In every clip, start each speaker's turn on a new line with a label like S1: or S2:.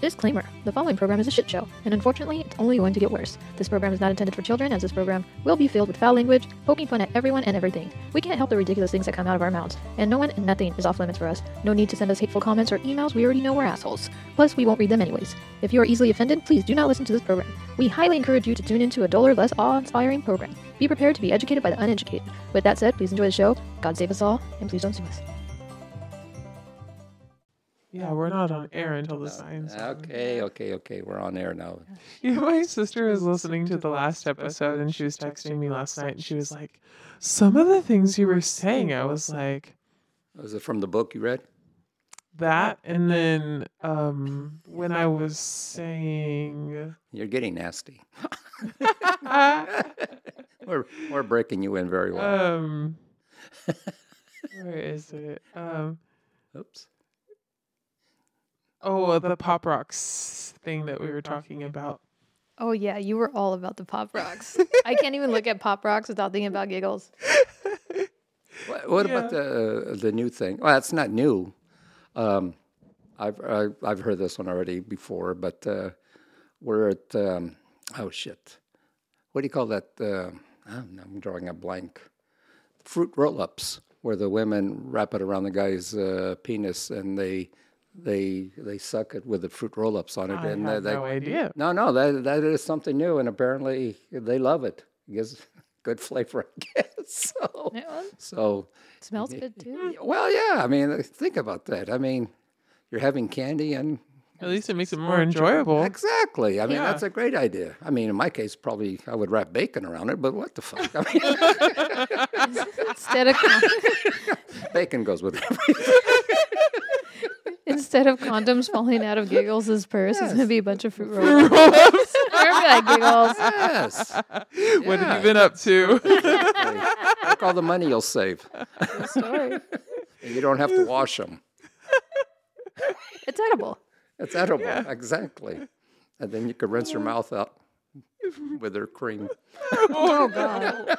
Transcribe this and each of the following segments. S1: Disclaimer The following program is a shit show, and unfortunately, it's only going to get worse. This program is not intended for children, as this program will be filled with foul language, poking fun at everyone and everything. We can't help the ridiculous things that come out of our mouths, and no one and nothing is off limits for us. No need to send us hateful comments or emails, we already know we're assholes. Plus, we won't read them anyways. If you are easily offended, please do not listen to this program. We highly encourage you to tune into a duller, less awe inspiring program. Be prepared to be educated by the uneducated. With that said, please enjoy the show. God save us all, and please don't sue us.
S2: Yeah, we're not on air until uh, the signs.
S3: Okay, okay, okay. We're on air now.
S2: Yeah, my sister was listening to the last episode and she was texting me last night and she was like, Some of the things you were saying, I was like,
S3: Was it from the book you read?
S2: That. And then um, when I was saying,
S3: You're getting nasty. We're, we're breaking you in very well.
S2: um, where is it? Um,
S3: Oops.
S2: oh, the pop rocks thing that we were talking about.
S1: Oh, yeah, you were all about the pop rocks. I can't even look at pop rocks without thinking about giggles.
S3: What, what
S2: Yeah.
S3: about the uh, the new thing? Well, it's not new. Um, I've I, I've heard this one already before, but uh, we're at um, oh shit, what do you call that? Uh, I'm I'm drawing a blank. Fruit roll-ups, where the women wrap it around the guy's uh, penis and they they they suck it with the fruit roll-ups on it,
S2: I
S3: and
S2: have
S3: they,
S2: no idea.
S3: no, no, that that is something new, and apparently they love it. It gives good flavor, I guess. So, so
S1: smells good too.
S3: y- well, yeah. I mean, think about that. I mean, you're having candy, and
S2: At least it makes it more enjoyable.
S3: exactly. I mean,
S2: Yeah.
S3: that's a great idea. I mean, in my case, probably I would wrap bacon around it, but what the fuck? I mean,
S1: Instead of
S3: bacon goes with everything.
S1: instead of condoms falling out of Giggles' purse, it's gonna be a bunch of fruit roll ups. like Giggles.
S3: Yes.
S2: What have
S3: Yeah.
S2: you been up to?
S3: Look all the money you'll save.
S1: True story.
S3: And you don't have to wash them.
S1: It's edible.
S3: It's edible.
S2: Yeah.
S3: Exactly. And then you could rinse your mouth out with their cream.
S1: Oh god.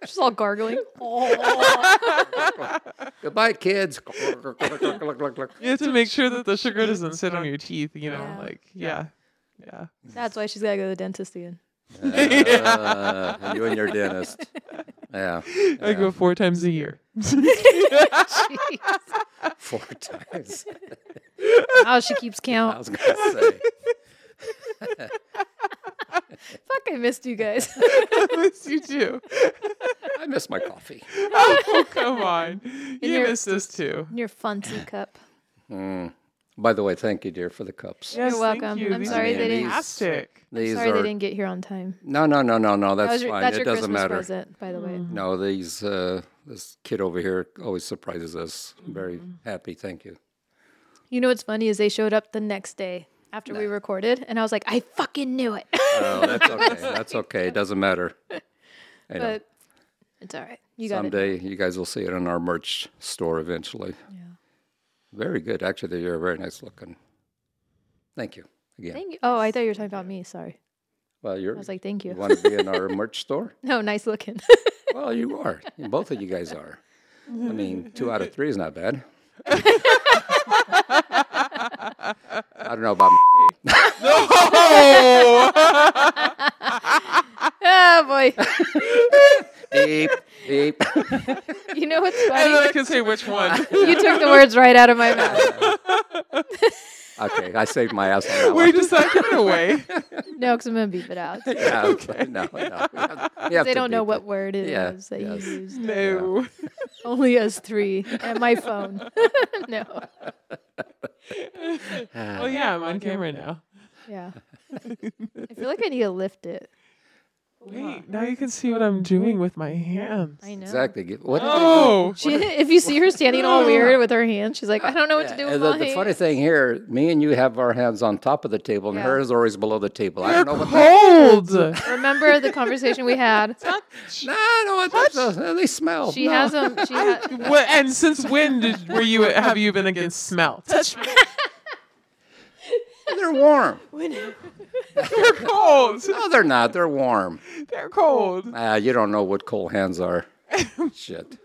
S1: Just all gargling. Oh.
S3: Goodbye, kids. Cluck, cluck, cluck, cluck, cluck, cluck, cluck.
S2: you have to make sure that the sugar doesn't sit on your teeth, you know,
S1: Yeah.
S2: like, yeah. Yeah.
S1: That's why she's gotta go to the dentist again.
S3: Uh, you and your dentist. Yeah.
S2: I go four times a year.
S1: Jeez.
S3: Four times.
S1: Oh, she keeps
S3: I
S1: count.
S3: was going to say.
S1: Fuck, I missed you guys.
S2: Yes, you do.
S3: I miss my coffee.
S2: Oh, come on. You
S1: your-
S2: missed us too.
S1: In your fancy cup.
S3: Mm. By the way, thank you, dear, for the cups.
S2: Yes,
S1: You're welcome. I'm
S2: These
S1: sorry
S2: are
S1: they didn't-
S2: Fantastic.
S3: These
S1: Sorry
S3: are
S1: they didn't get here on time.
S3: no, no, no, no, no.
S1: That
S3: That's
S1: was your,
S3: fine.
S1: that's
S3: it
S1: your
S3: doesn't
S1: Christmas
S3: matter. Mm.
S1: present, by the way.
S3: No, these uh, this kid over here always surprises us. I'm very
S1: Mm-hmm.
S3: happy. Thank you.
S1: You know what's funny is they showed up the next day after we recorded, and I was like, I fucking knew it.
S3: Oh, that's okay. that's okay. It doesn't matter. I know.
S1: but it's all right. You got it.
S3: Someday you guys will see it in our merch store eventually. Very good. Actually, you're very nice looking. Thank you again.
S1: Thank you. Oh, I thought you were talking about me. Sorry.
S3: well, you're,
S1: I was like, thank
S3: you
S1: you.
S3: want to be in our merch store?
S1: No, nice looking.
S3: Well, you are. Both of you guys are. I mean, two out of three is not bad. I don't know about
S1: oh boy.
S3: beep, beep.
S1: You know what's
S2: And then I
S1: funny?
S2: can say which one.
S1: You took the words right out of my mouth.
S3: Okay, I saved my ass on that
S2: We're
S3: one.
S2: just not giving away.
S1: No, because I'm gonna beep it out.
S3: Yeah, okay. No, no. We have- we have to
S1: They don't know
S3: beep
S1: what
S3: it.
S1: word it is
S3: Yeah,
S1: that
S3: yes.
S1: you used.
S2: No.
S1: Only us three and my phone. no.
S2: Well, yeah, I'm on camera now.
S1: Yeah. I feel like I need to lift it.
S2: Wait, now you can see what I'm doing with my hands.
S1: I know.
S3: Exactly. Give- What
S2: Oh,
S1: She, if you see her standing all weird with her hands, she's like, I don't know what to do
S3: And
S1: with
S3: the,
S1: my
S3: the
S1: hands."
S3: funny thing here, me and you have our hands on top of the table, and
S1: Yeah.
S3: hers are always below the table. I don't know what. The,
S2: cold.
S1: Remember the conversation we had?
S3: no, no, it's, uh, they smell.
S1: She
S3: No.
S1: has them. She ha-
S2: What, and since when did, were you have you been against smell? Touch me.
S3: They're warm.
S2: They're cold.
S3: No, they're not. They're warm.
S2: They're cold.
S3: Ah, you don't know what cold hands are. Shit.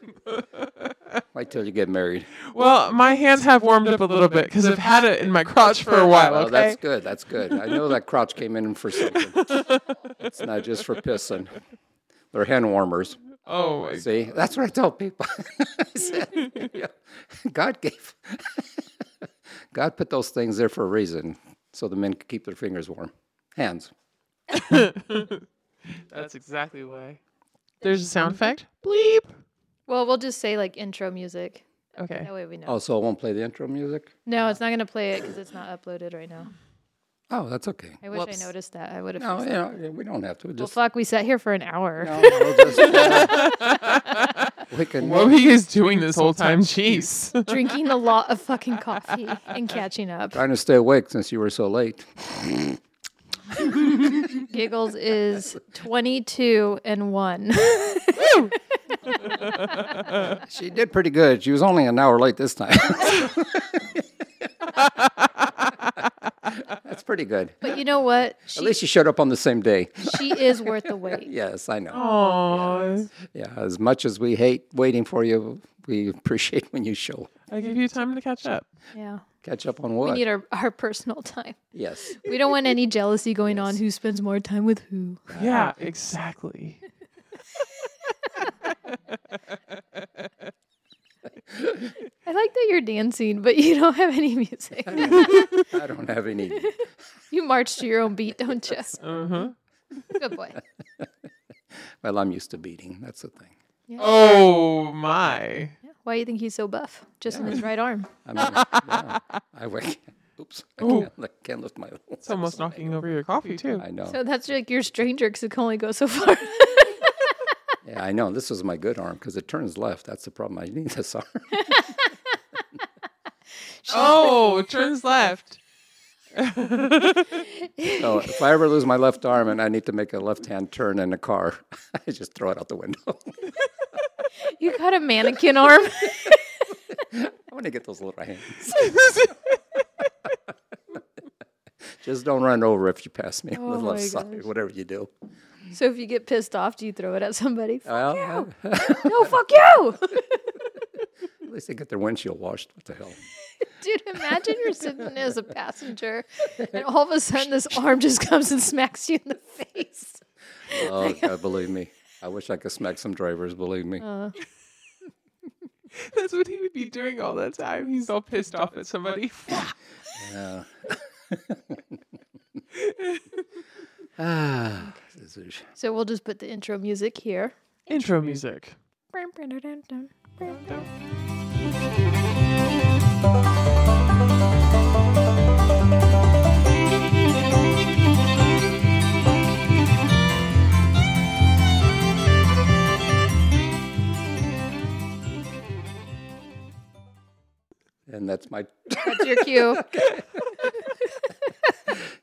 S3: Wait till you get married.
S2: Well, my hands have warmed up a little bit because I've had it in my crotch for a while.
S3: Well,
S2: Okay.
S3: that's good. That's good. I know that crotch came in for something. it's not just for pissing. They're hand warmers.
S2: Oh my
S3: See, that's what I tell people. I said, yeah, God gave, God put those things there for a reason, so the men could keep their fingers warm, hands.
S2: That's exactly why. There's a sound effect. Bleep.
S1: Well, we'll just say like intro music.
S2: Okay.
S1: That way we know.
S3: Oh, so I won't play the intro music.
S1: No, it's not going to play it because it's not uploaded right now.
S3: Oh, that's okay.
S1: I wish
S2: Whoops.
S1: I noticed that. I would have.
S3: No, you know, we don't have to.
S1: well,
S3: Just,
S1: fuck, we sat here for an hour.
S3: no, we'll just, uh, we can.
S2: What were you guys doing this whole time? Jeez.
S1: drinking a lot of fucking coffee and catching up.
S3: Trying to stay awake since you were so late.
S1: Giggles is 22 and 1.
S3: She did pretty good. She was only an hour late this time. That's pretty good.
S1: but you know what?
S3: At
S1: She,
S3: least you showed up on the same day.
S1: she is worth the wait.
S3: Yes, I know.
S2: Aww.
S3: Yeah, as much as we hate waiting for you, we appreciate when you show
S2: I give you time to catch up.
S1: Yeah.
S3: catch up on what.
S1: We need our, our personal time.
S3: yes,
S1: We don't want any jealousy going on who spends more time with who.
S2: Yeah, exactly.
S1: I like that you're dancing, but you don't have any music.
S3: I don't have any.
S1: you march to your own beat, don't you?
S2: Uh
S3: Uh-huh.
S2: huh.
S1: Good boy.
S3: Well, I'm used to beating. That's the thing.
S2: Oh my.
S1: Why do you think he's so buff? Just in his right arm.
S3: I mean, yeah, I wake. Oops, I can't, li- can't lift my.
S2: It's almost knocking over your coffee too.
S3: I know.
S1: So that's like your stranger because it can only go so far.
S3: yeah, I know. This is my good arm because it turns left. That's the problem. I need this arm.
S2: Oh, it turns left.
S3: so if I ever lose my left arm and I need to make a left-hand turn in a car, I just throw it out the window.
S1: you got a mannequin arm.
S3: I want to get those little hands. Just don't run over if you pass me on
S1: Oh
S3: the left
S1: my
S3: side,
S1: gosh.
S3: whatever you do.
S1: so if you get pissed off, do you throw it at somebody?
S3: Well, uh,
S1: no, fuck you.
S3: at least they get their windshield washed. What the hell?
S1: Dude, imagine you're sitting as a passenger and all of a sudden this arm just comes and smacks you in the face.
S3: Oh, God, believe me. I wish I could smack some drivers, believe me.
S1: Oh.
S2: That's what he would be doing all the time. He's all pissed off at somebody.
S3: Yeah. ah, this is-
S1: So we'll just put the intro music here.
S2: Intro music.
S3: and that's my.
S1: That's your cue.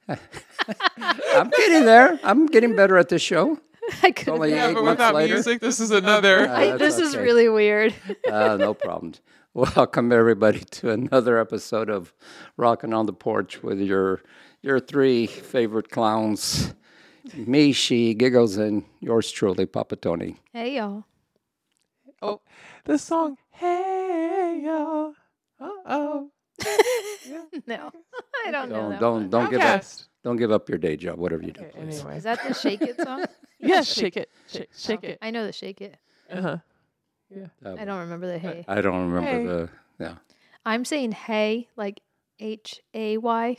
S3: I'm getting there. I'm getting better at this show.
S1: I could
S3: Only
S2: Yeah,
S3: eight
S2: but
S3: months
S2: without
S3: later.
S2: music, this is another.
S3: Ah, that's
S1: This is
S3: okay.
S1: really weird.
S3: Uh, no problems. Welcome everybody to another episode of Rockin' on the Porch with your your three favorite clowns, me, she, giggles, and yours truly, Papa Tony.
S1: Hey y'all.
S2: Oh, the song "Hey Y'all." Uh oh.
S1: No. I don't know.
S3: Don't
S1: That
S3: don't
S1: one.
S3: don't give up don't give up your day job, whatever you do.
S2: Okay,
S3: please.
S2: anyway.
S1: Is that the shake it song?
S2: Yeah, shake it, shake, shake it.
S1: I know the shake it.
S2: Uh huh.
S3: Uh,
S1: I don't remember the hey.
S3: I don't remember
S2: Hey.
S3: the yeah.
S1: I'm saying hey like H A Y,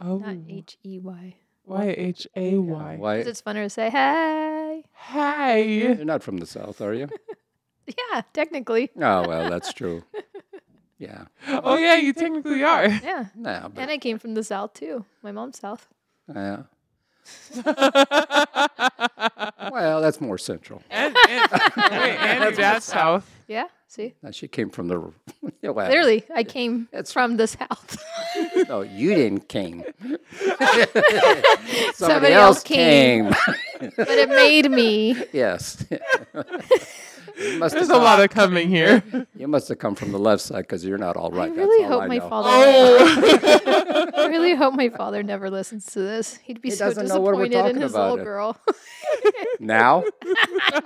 S2: Oh,
S1: not
S3: Hmm.
S1: H E Y.
S2: Y H A Y.
S3: Why
S1: Because it's funner to say hey.
S2: Hey.
S3: you're not from the South, are you?
S1: Yeah, technically.
S3: Oh well, that's true. Yeah.
S2: Oh yeah, you technically are.
S1: Yeah.
S3: Nah, but
S1: And I came from the South too. My mom's South.
S3: yeah. Well, that's more central.
S2: and, and, wait, and your dad's south.
S1: Yeah. See?
S3: Now, She came from the yeah, well,
S1: Clearly, I came
S3: That's-
S1: from the South.
S3: No, you didn't came. Somebody,
S1: Somebody else
S3: else came.
S1: but it made me.
S3: yes. You must
S2: There's
S3: have
S2: a lot of
S3: come-
S2: coming here.
S3: You must have come from the left side because you're not all right.
S1: I
S3: That's
S1: really
S3: all
S1: hope
S3: I
S1: my
S3: know. Oh.
S1: father.
S2: Oh.
S1: I really hope my father never listens to this. He'd be
S3: He
S1: so
S3: doesn't know what we're
S1: disappointed in
S3: talking about
S1: his little
S3: it.
S1: girl.
S3: Now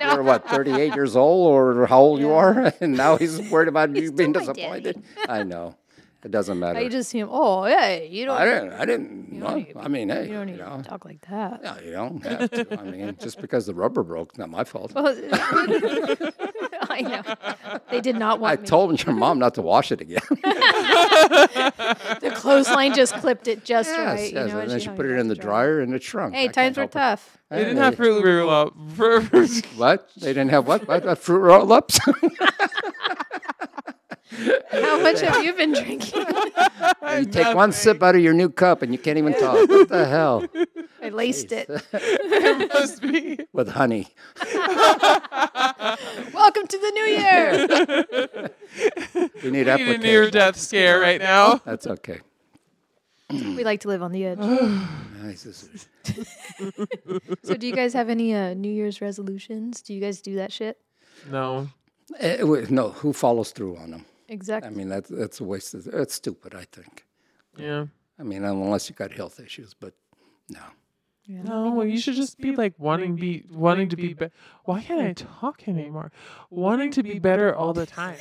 S3: you're what 38 years old or how old you
S1: Yeah.
S3: are, and now he's worried about you
S1: He's
S3: being
S1: still my daddy.
S3: disappointed. I know. It doesn't matter.
S1: I just see him. Oh, hey, you don't.
S3: I didn't. I didn't.
S1: don't
S3: know.
S1: need-
S3: I mean, hey,
S1: you don't need
S3: know,
S1: to talk like that.
S3: no, you don't have to. I mean, just because the rubber broke, not my fault.
S1: Well, I know. They did not
S3: I
S1: want me.
S3: told your mom not to wash it again.
S1: the clothesline just clipped it just
S3: yes,
S1: right.
S3: yes.
S1: you know,
S3: and then she
S1: hung
S3: put it
S1: back
S3: in the dryer and it shrunk. I
S1: Hey,
S3: can't
S1: times were
S3: help it.
S1: tough.
S2: They didn't
S3: Hey,
S2: have Fruit Roll Up. Fruit-
S3: What? They didn't have what? What? what fruit roll-ups?
S1: How much have you been drinking?
S3: you take one sip out of your new cup and you can't even talk. What the hell?
S1: I laced it.
S2: It must be.
S3: With honey.
S1: Welcome to the new year.
S3: We need
S2: Need a near
S3: application.
S2: death scare right now.
S3: That's okay.
S1: we like to live on the edge.
S3: Nice. This is-
S1: So, do you guys have any uh, New Year's resolutions? Do you guys do that shit?
S2: No.
S3: Eh, w- no, who follows through on them? I
S1: Exactly.
S3: mean, that's that's a waste of. It's stupid, I think.
S2: Yeah.
S3: I mean, unless you got health issues, but no.
S2: No, well, you should just be like wanting be wanting to be. Be- Why can't I talk anymore? Wanting to be better all the time.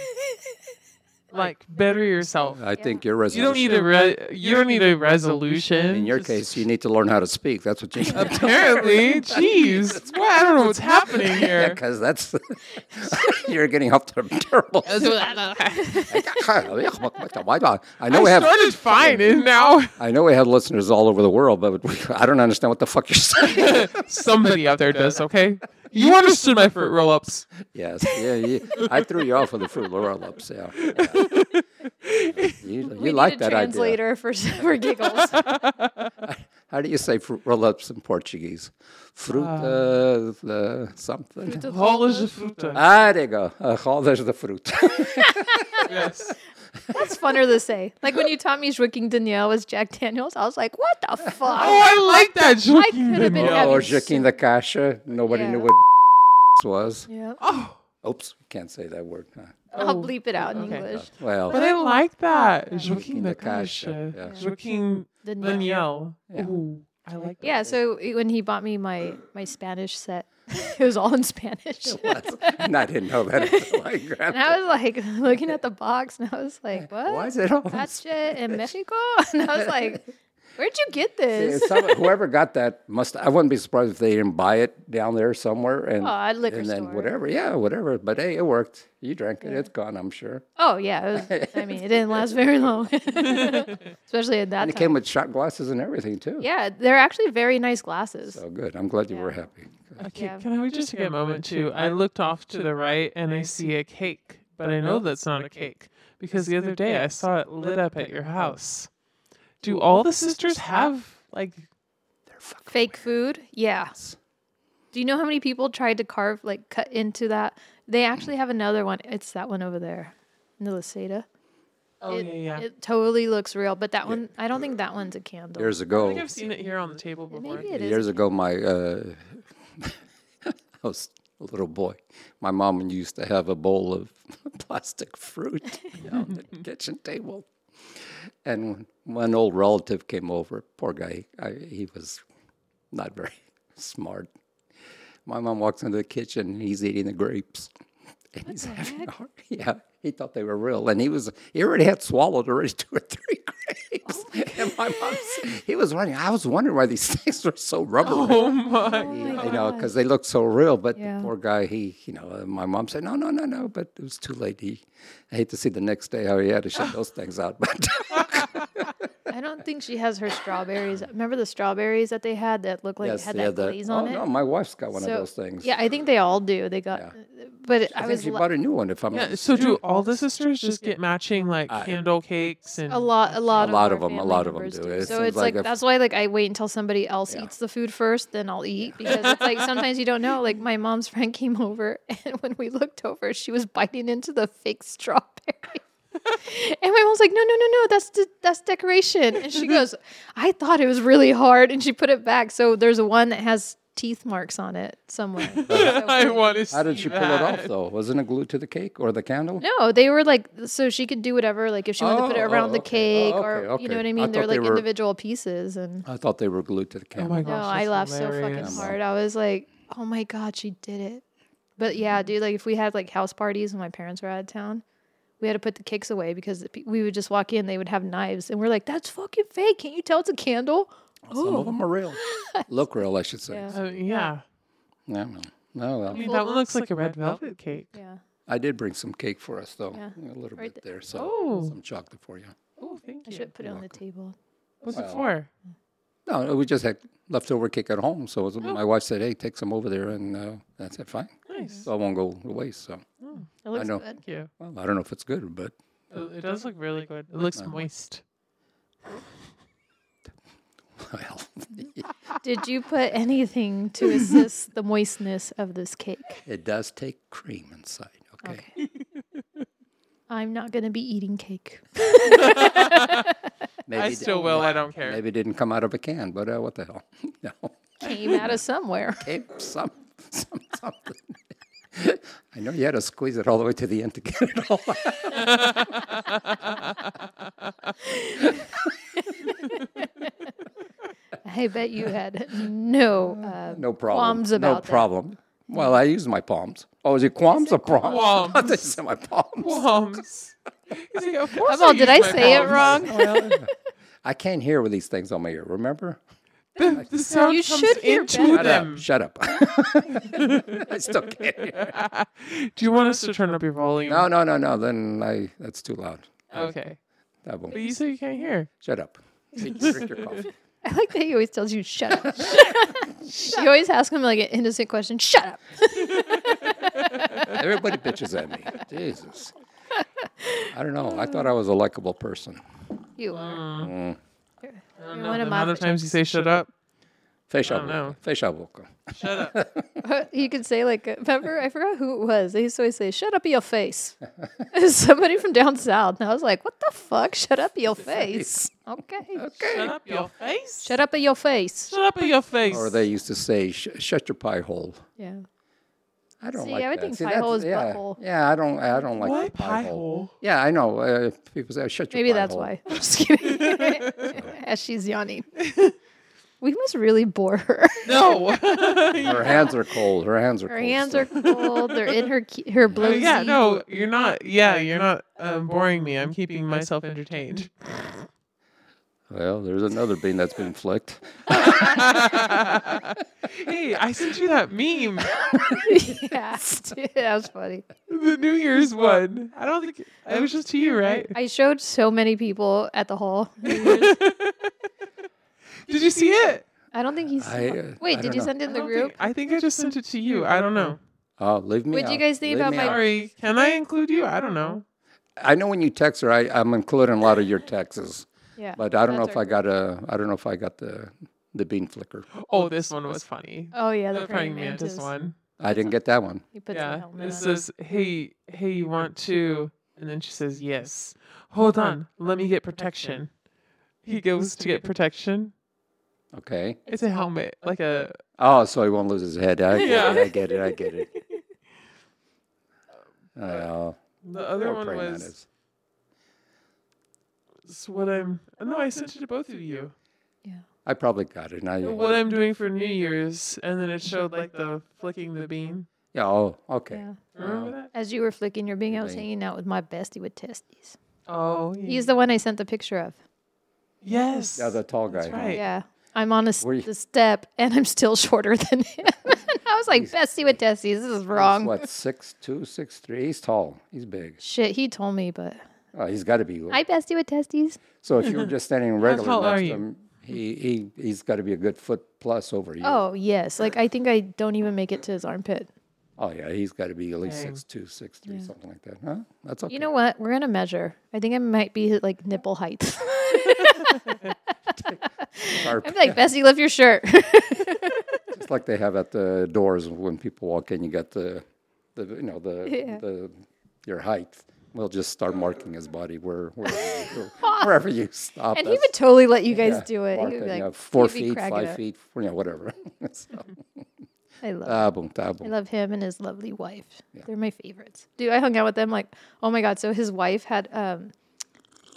S2: Like better yourself.
S3: I think your
S2: You
S3: resolution.
S2: don't need a re- you don't need a resolution.
S3: In your
S2: Just-
S3: case, you need to learn how to speak. That's what you need.
S2: apparently, jeez, well, I don't know what's happening here.
S3: Because that's you're getting off to a terrible.
S2: I
S3: I know we have
S2: started fine, and now
S3: I know we have listeners all over the world, but we, I don't understand what the fuck you're saying.
S2: somebody out there does. Okay, you understood my fruit roll-ups.
S3: yes, yeah, you, I threw you off with the fruit roll-ups. Yeah, yeah. you, you
S1: We
S3: like
S1: need a
S3: that idea.
S1: translator for for giggles.
S3: How do you say fruit roll-ups in Portuguese? Fruit uh, the something.
S2: Rolas de fruta.
S3: Ah, there you go. Uh, oh, there's the fruit.
S2: Yes.
S1: It's funner to say. Like when you taught me Joaquin Danielle was Jack Daniels, I was like, what the
S2: Oh,
S1: fuck?
S2: I like that.
S1: I
S2: Joaquin
S1: could have been
S2: Daniel.
S1: having
S3: or Joaquin the Kasha. Nobody
S1: Yeah.
S3: knew what was.
S1: Yeah.
S2: Oh,
S3: Oops, can't say that word. huh?
S1: I'll bleep it out in
S2: okay.
S1: English.
S2: but
S3: Well,
S2: I like that. Joaquin
S3: Joaquin
S2: da
S3: da Caixa,
S2: Caixa.
S3: yeah.
S2: Joaquin
S1: Danielle.
S2: Daniel.
S3: Yeah.
S2: Ooh, I like that.
S1: Yeah, so i- when he bought me my my Spanish set, it was all in Spanish.
S3: and I didn't know that. until I grabbed
S1: And I was like looking at the box and I was like,
S3: it.
S1: what?
S3: Why is it all?
S1: That shit in Mexico? And I was like, where'd you get this?
S3: If some- whoever got that must. I wouldn't be surprised if they didn't buy it down there somewhere and
S1: Oh, at liquor
S3: and then
S1: store.
S3: whatever. Yeah, whatever. But hey, it worked. You drank it. It's gone. I'm sure.
S1: Oh, yeah. It was, I mean, it didn't last very long, especially at that
S3: And it
S1: time.
S3: came with shot glasses and everything too.
S1: yeah, they're actually very nice glasses.
S3: So good. I'm glad you were happy.
S2: Okay,
S1: Yeah.
S2: can I just take a moment to? I looked off to the right and I see a cake, but I know that's not a cake because the other day I saw it lit up at your house. Do all the sisters have like?
S1: Fake food? Yeah. Do you know how many people tried to carve, like cut into that? They actually have another one. It's that one over there, in the Liseta.
S2: Oh
S1: it,
S2: yeah, yeah.
S1: It totally looks real, but that one, I don't think that one's a candle.
S3: Years
S2: I think
S3: ago,
S2: I've seen it here on the table before.
S1: Maybe it is.
S3: years ago, my uh, I was a little boy. My mom used to have a bowl of plastic fruit on the kitchen table, and when one old relative came over. Poor guy, I, he was not very smart. My mom walks into the kitchen. and He's eating the grapes, and he's having a hard, yeah. He thought they were real, and he was he already had swallowed already two or three grapes.
S1: Oh
S3: and my mom, s- he was running. I was wondering why these things were so rubbery
S2: Oh my!
S3: you know, because they look so real. But
S1: Yeah.
S3: the poor guy, he, you know, uh, my mom said, no, no, no, no. But it was too late. He, I hate to see the next day how he had to shut those things out. But
S1: Oh, I don't think she has her strawberries. Remember the strawberries that they had that looked like
S3: yes,
S1: had
S3: they
S1: that
S3: had the-
S1: glaze
S3: oh
S1: on it?
S3: no, my wife's got one
S1: So-
S3: of those things.
S1: Yeah, I think they all do. They got, but it-
S3: I,
S1: I,
S3: think
S1: was
S3: she
S1: li-
S3: bought a new one. If I'm
S2: Yeah, so do all the sisters just get matching like candle cakes and?
S1: a lot, a lot,
S3: A lot
S1: our
S3: of 'em, a
S1: family
S3: lot of 'em
S1: members
S3: do. It
S1: so
S3: seems
S1: it's
S3: like
S1: like,
S3: if-
S1: that's why, like, I wait until somebody else
S3: Yeah.
S1: eats the food first, then I'll eat because it's like sometimes you don't know. Like my mom's friend came over, and when we looked over, she was biting into the fake strawberry. And my mom's like, no, no, no, no, that's de- that's decoration. And she goes, I thought it was really hard, and she put it back. So there's one that has teeth marks on it somewhere.
S2: I want to see
S3: How did she pull it
S2: that.
S3: off though? Wasn't it glued to the cake or the candle?
S1: No, they were like so she could do whatever, like if she wanted to put it
S3: Oh,
S1: around
S3: oh,
S1: the
S3: okay.
S1: cake
S3: Oh,
S1: or
S3: okay,
S1: you know
S3: okay.
S1: what
S3: I
S1: I mean? They're
S3: thought
S1: like
S3: they were-
S1: individual pieces and
S3: I thought they were glued to the
S2: Oh
S3: candle.
S2: my
S1: No,
S2: gosh.
S1: I
S2: that's
S1: laughed so
S2: hilarious.
S1: fucking hard. I was like, Oh my god, she did it. But
S3: Mm-hmm.
S1: yeah, dude, like if we had like house parties when my parents were out of town, we had to put the cakes away because the pe- we would just walk in, they would have knives, and we're like, "That's fucking fake! Can't you tell it's a candle?"
S3: Some of them are real. Look real, I should say.
S1: Yeah.
S2: Uh, yeah.
S3: Yeah, well, no, well.
S2: I mean, that one looks like a red velvet cake.
S1: Yeah,
S3: I did bring some cake for us though,
S1: Yeah.
S3: a little
S1: Right
S3: bit there. So
S2: Oh.
S3: some chocolate for you.
S2: Oh, thank
S1: I
S2: you.
S1: should put it on the table.
S2: What's it
S3: Well,
S2: for?
S3: No, we just had leftover cake at home. So it was- my wife said, "Hey, take some over there," and uh, that's it. Fine.
S2: Nice.
S3: So I won't go to waste. So
S1: It looks
S3: know.
S1: good.
S2: Thank you.
S3: well, I don't know if it's good, but
S2: Uh, It does look really good. It looks moist.
S3: well,
S1: Did you put anything to assist the moistness of this cake?
S3: it does take cream inside. Okay.
S1: Okay. I'm not gonna be eating cake.
S3: Maybe
S2: I
S3: it-
S2: still will. I don't care.
S3: Maybe it didn't come out of a can, but uh, what the hell? no,
S1: Came out of somewhere.
S3: Hey, some, some, something. I know you had to squeeze it all the way to the end to get it all. out.
S1: I bet you had no uh,
S3: No problem.
S1: qualms
S3: no
S1: about that.
S3: problem. Well, I use my palms. Oh, is it qualms or palms?
S2: qualms?
S3: I thought you said my palms.
S2: Qualms. He's like, "Of course
S1: Come on,
S2: I
S1: did
S2: use
S1: I
S2: my
S1: say it
S2: palms."
S1: wrong?
S3: Well, I can't hear with these things on my ear. Remember?
S2: The, the sound
S1: you
S2: comes
S1: should hear
S2: into
S1: better.
S2: them.
S3: Shut up. I still can't hear.
S2: Do you want us to turn up your volume?
S3: No, no, no, no. Then I. That's too loud.
S2: Okay.
S3: I won't.
S2: But you say you can't hear.
S3: Shut up. Drink your coffee.
S1: I like that he always tells you, shut up. You always ask him like an innocent question, shut up.
S3: Everybody bitches at me. Jesus. I don't know. I thought I was a likable person.
S1: You are. You're-
S2: Mm. I don't
S1: you're
S2: know,
S1: one
S2: the
S1: of my
S2: amount of times you say shut up.
S3: Face
S2: don't know.
S3: Face Shabuka.
S2: Shut up.
S1: fa- You could say like, uh, remember, I forgot who it was. They used to always say, shut up your face. It was somebody from down south. And I was like, what the fuck? Shut up your face. Okay.
S2: Shut up your face.
S1: Shut up your face.
S2: Shut up your face.
S3: Or they used to say, Sh- "Shut your pie hole."
S1: Yeah.
S3: I don't
S1: See,
S3: like
S1: I would
S3: that.
S1: think
S3: See,
S1: pie
S3: that's-
S1: hole is
S3: yeah,
S1: butthole.
S3: Yeah, I don't. I don't like
S2: Why
S3: the
S2: pie hole?
S3: Yeah, I know. Uh, people say, "Shut your
S1: Maybe
S3: pie
S1: that's
S3: hole."
S1: why. I'm just kidding. As she's yawning. We must really bore her.
S2: No.
S3: Her hands are cold. Her hands are
S1: Her
S3: cold.
S1: hands
S3: still.
S1: are cold. They're in her ke- her
S2: Uh,
S1: bluesy.
S2: yeah, no, you're not. Yeah, you're not um, boring me. I'm keeping myself entertained.
S3: Well, there's another bean that's been flicked.
S2: Hey, I sent you that meme,
S1: yeah, dude, that was funny.
S2: the New Year's one. I don't think it was just to you, right?
S1: I showed so many people at the hall.
S2: Did you see it?
S1: I don't think he's.
S3: I, uh,
S1: Wait,
S3: I
S1: did
S3: don't
S1: you
S3: know.
S1: send it in
S2: I
S1: the
S2: don't
S1: group?
S2: think- I think I just sent it to you. I don't know.
S3: Oh, leave me.
S1: What do you
S3: out.
S1: guys think
S3: Leave
S1: about
S3: me
S1: my-
S3: out.
S2: Sorry, can I include you? I don't know.
S3: I know when you text her, I, I'm including a lot of your texts,
S1: yeah,
S3: but I don't know
S1: That's
S3: if I got a. I don't know if I got the the bean flicker.
S2: Oh, this one was funny.
S1: Oh yeah, the,
S2: The
S1: praying
S2: praying mantis one.
S3: I didn't get that one.
S1: He puts the
S2: yeah,
S1: helmet
S2: it
S1: on.
S2: says, "Hey, hey, you want to?" And then she says, "Yes." Hold on, let me get protection. He goes to get protection.
S3: Okay.
S2: It's a helmet, like a
S3: Oh, so he won't lose his head. I get
S2: Yeah.
S3: it. I get it. I get it. Oh,
S2: The other
S3: poor
S2: one
S3: praying
S2: was
S3: mantis.
S2: s- what I'm. No, I sent it to both of you.
S3: I probably got it. And I,
S2: What I'm doing for New Year's, and then it showed like the flicking the beam.
S3: yeah. Oh, okay.
S1: Yeah.
S2: Remember that?
S1: As you were flicking your bing, I was
S3: Bing.
S1: hanging out with my bestie with testes.
S2: Oh, yeah.
S1: He's the one I sent the picture of.
S2: yes.
S3: Yeah, the tall guy.
S2: That's
S3: huh?
S2: right.
S1: Yeah. I'm on a s-
S3: Were you-
S1: the step and I'm still shorter than him. I was like, bestie with testes. This is
S3: He's
S1: wrong.
S3: what six two, six three? He's tall. He's big.
S1: Shit, he told me, but
S3: Oh, he's got to be.
S1: I bestie with testes.
S3: So if you were just standing regular
S2: tall are
S3: next to
S2: you?
S3: him, he he he's got to be a good foot plus over you.
S1: Oh yes, like I think I don't even make it to his armpit.
S3: Oh, yeah, he's got to be at least
S2: Dang.
S3: six two, six three, something like that. Huh? That's okay.
S1: You know what? We're gonna measure. I think I might be his, like nipple height.
S3: Carp,
S1: I'm like bestie, lift your shirt.
S3: just like they have at the doors when people walk in, you got the the you know the the your height. We'll just start marking his body where wherever you, wherever you stop.
S1: and he
S3: that's-
S1: would totally let you guys
S3: yeah,
S1: do it. He
S3: mark
S1: would be
S3: it,
S1: like
S3: yeah, four
S1: he'd be
S3: feet,
S1: cracking
S3: five
S1: up.
S3: feet, you know, whatever. So,
S1: I love
S3: Tá bom, tá
S1: I
S3: bom.
S1: love him and his lovely wife.
S3: Yeah.
S1: They're my favorites. Dude, I hung out with them like, oh my god. So his wife had um,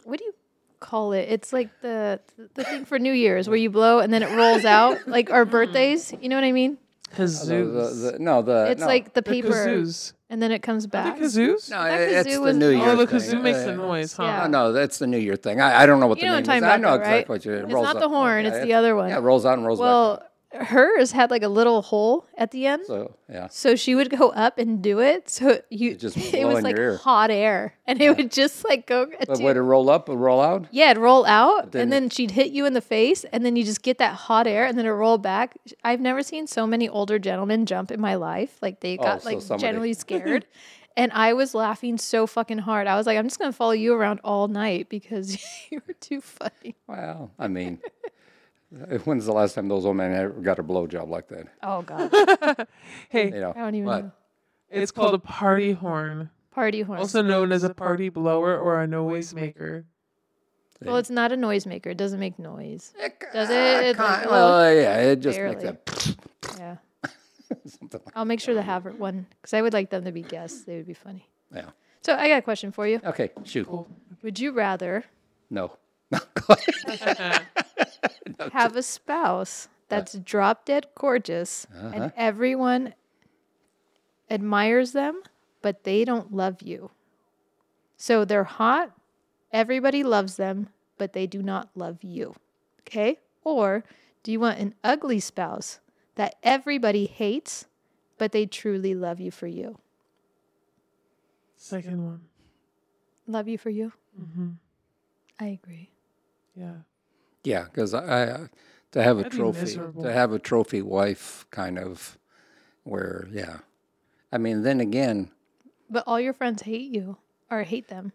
S1: what do you call it? It's like the the thing for New Year's where you blow and then it rolls out, like
S3: Mm.
S1: our birthdays. You know what I mean?
S3: Uh, the- the-
S2: Kazoos.
S3: the- no, the
S1: It's
S3: Uh, no.
S1: like the
S2: The
S1: paper,
S2: kazoos.
S1: and then it comes
S2: Are
S1: back.
S2: they kazoos?
S3: no,
S1: that
S3: it- it's
S1: kazoo
S3: the
S1: was-
S3: New
S1: Oh,
S3: Year.
S2: Oh, the
S3: thing.
S2: kazoo makes the
S3: Uh,
S2: noise, huh?
S1: Yeah.
S3: No, no, that's the New Year thing. I, I don't know what
S1: You
S3: the
S1: know what I'm
S3: name is.
S1: talking
S3: I
S1: about,
S3: know
S1: though,
S3: exactly
S1: right?
S3: what you're. it
S1: It's
S3: rolls
S1: not
S3: up.
S1: the horn, it's
S3: Yeah,
S1: the
S3: yeah.
S1: other one.
S3: Yeah, it rolls on, rolls back.
S1: well, hers had like a little hole at the end.
S3: So yeah,
S1: So she would go up and do it. So you,
S3: It just
S1: it
S3: blow
S1: was
S3: in
S1: like
S3: your ear.
S1: hot air, and it would just like go.
S3: but
S1: dude,
S3: would it roll up? Would roll out?
S1: Yeah, it'd roll out,
S3: then
S1: and
S3: it-
S1: then she'd hit you in the face, and then you just get that hot air, and then it roll back. I've never seen so many older gentlemen jump in my life. Like they
S3: Oh,
S1: got
S3: so
S1: like
S3: somebody-
S1: generally scared, and I was laughing so fucking hard. I was like, I'm just gonna follow you around all night because you were too funny.
S3: Well, I mean, uh, when's the last time those old men ever got a blowjob like that?
S1: Oh god,
S2: Hey,
S3: You know,
S1: I don't even
S3: but
S1: know.
S2: it's called a party horn,
S1: Party horn.
S2: also known as a party blower or a noise maker.
S1: well, it's not a noisemaker. It doesn't make noise. Does it?
S3: Ah,
S1: It's like
S3: kind-
S1: a little-
S3: well, yeah, it just
S1: barely.
S3: makes
S1: yeah.
S3: a something like
S1: I'll make sure to have one because I would like them to be guests. They would be funny.
S3: yeah.
S1: So I got a question for you.
S3: Okay, shoot.
S1: Would you rather
S3: No.
S1: have a spouse
S3: Uh.
S1: that's drop dead gorgeous
S3: Uh-huh.
S1: and everyone admires them, but they don't love you. So they're hot, everybody loves them, but they do not love you. Okay? Or do you want an ugly spouse that everybody hates, but they truly love you for you?
S2: Second one.
S1: Love you for you? Mm-hmm. I agree.
S2: Yeah.
S3: Yeah, because I, I to have a
S2: That'd be
S3: trophy,
S2: miserable.
S3: to have a trophy wife, kind of where, yeah. I mean, then again,
S1: But all your friends hate you or hate them.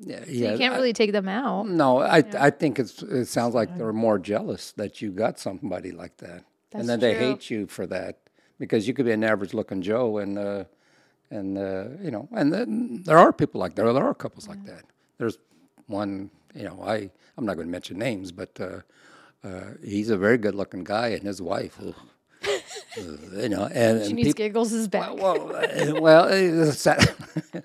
S3: yeah,
S1: So
S3: yeah
S1: you can't
S3: I-
S1: really take them out.
S3: no, I I think it's it sounds like they're more jealous that you got somebody like that,
S1: That's
S3: and then they
S1: true.
S3: hate you for that because you could be an average-looking Joe, and uh, and uh, you know, and then there are people like that. There are couples like that. There's one, you know, I I'm not going to mention names, but uh, uh, he's a very good-looking guy, and his wife, ugh. Ugh, you know, and,
S1: She
S3: and
S1: needs
S3: people.
S1: giggles is back.
S3: Well, uh, well, uh, sad,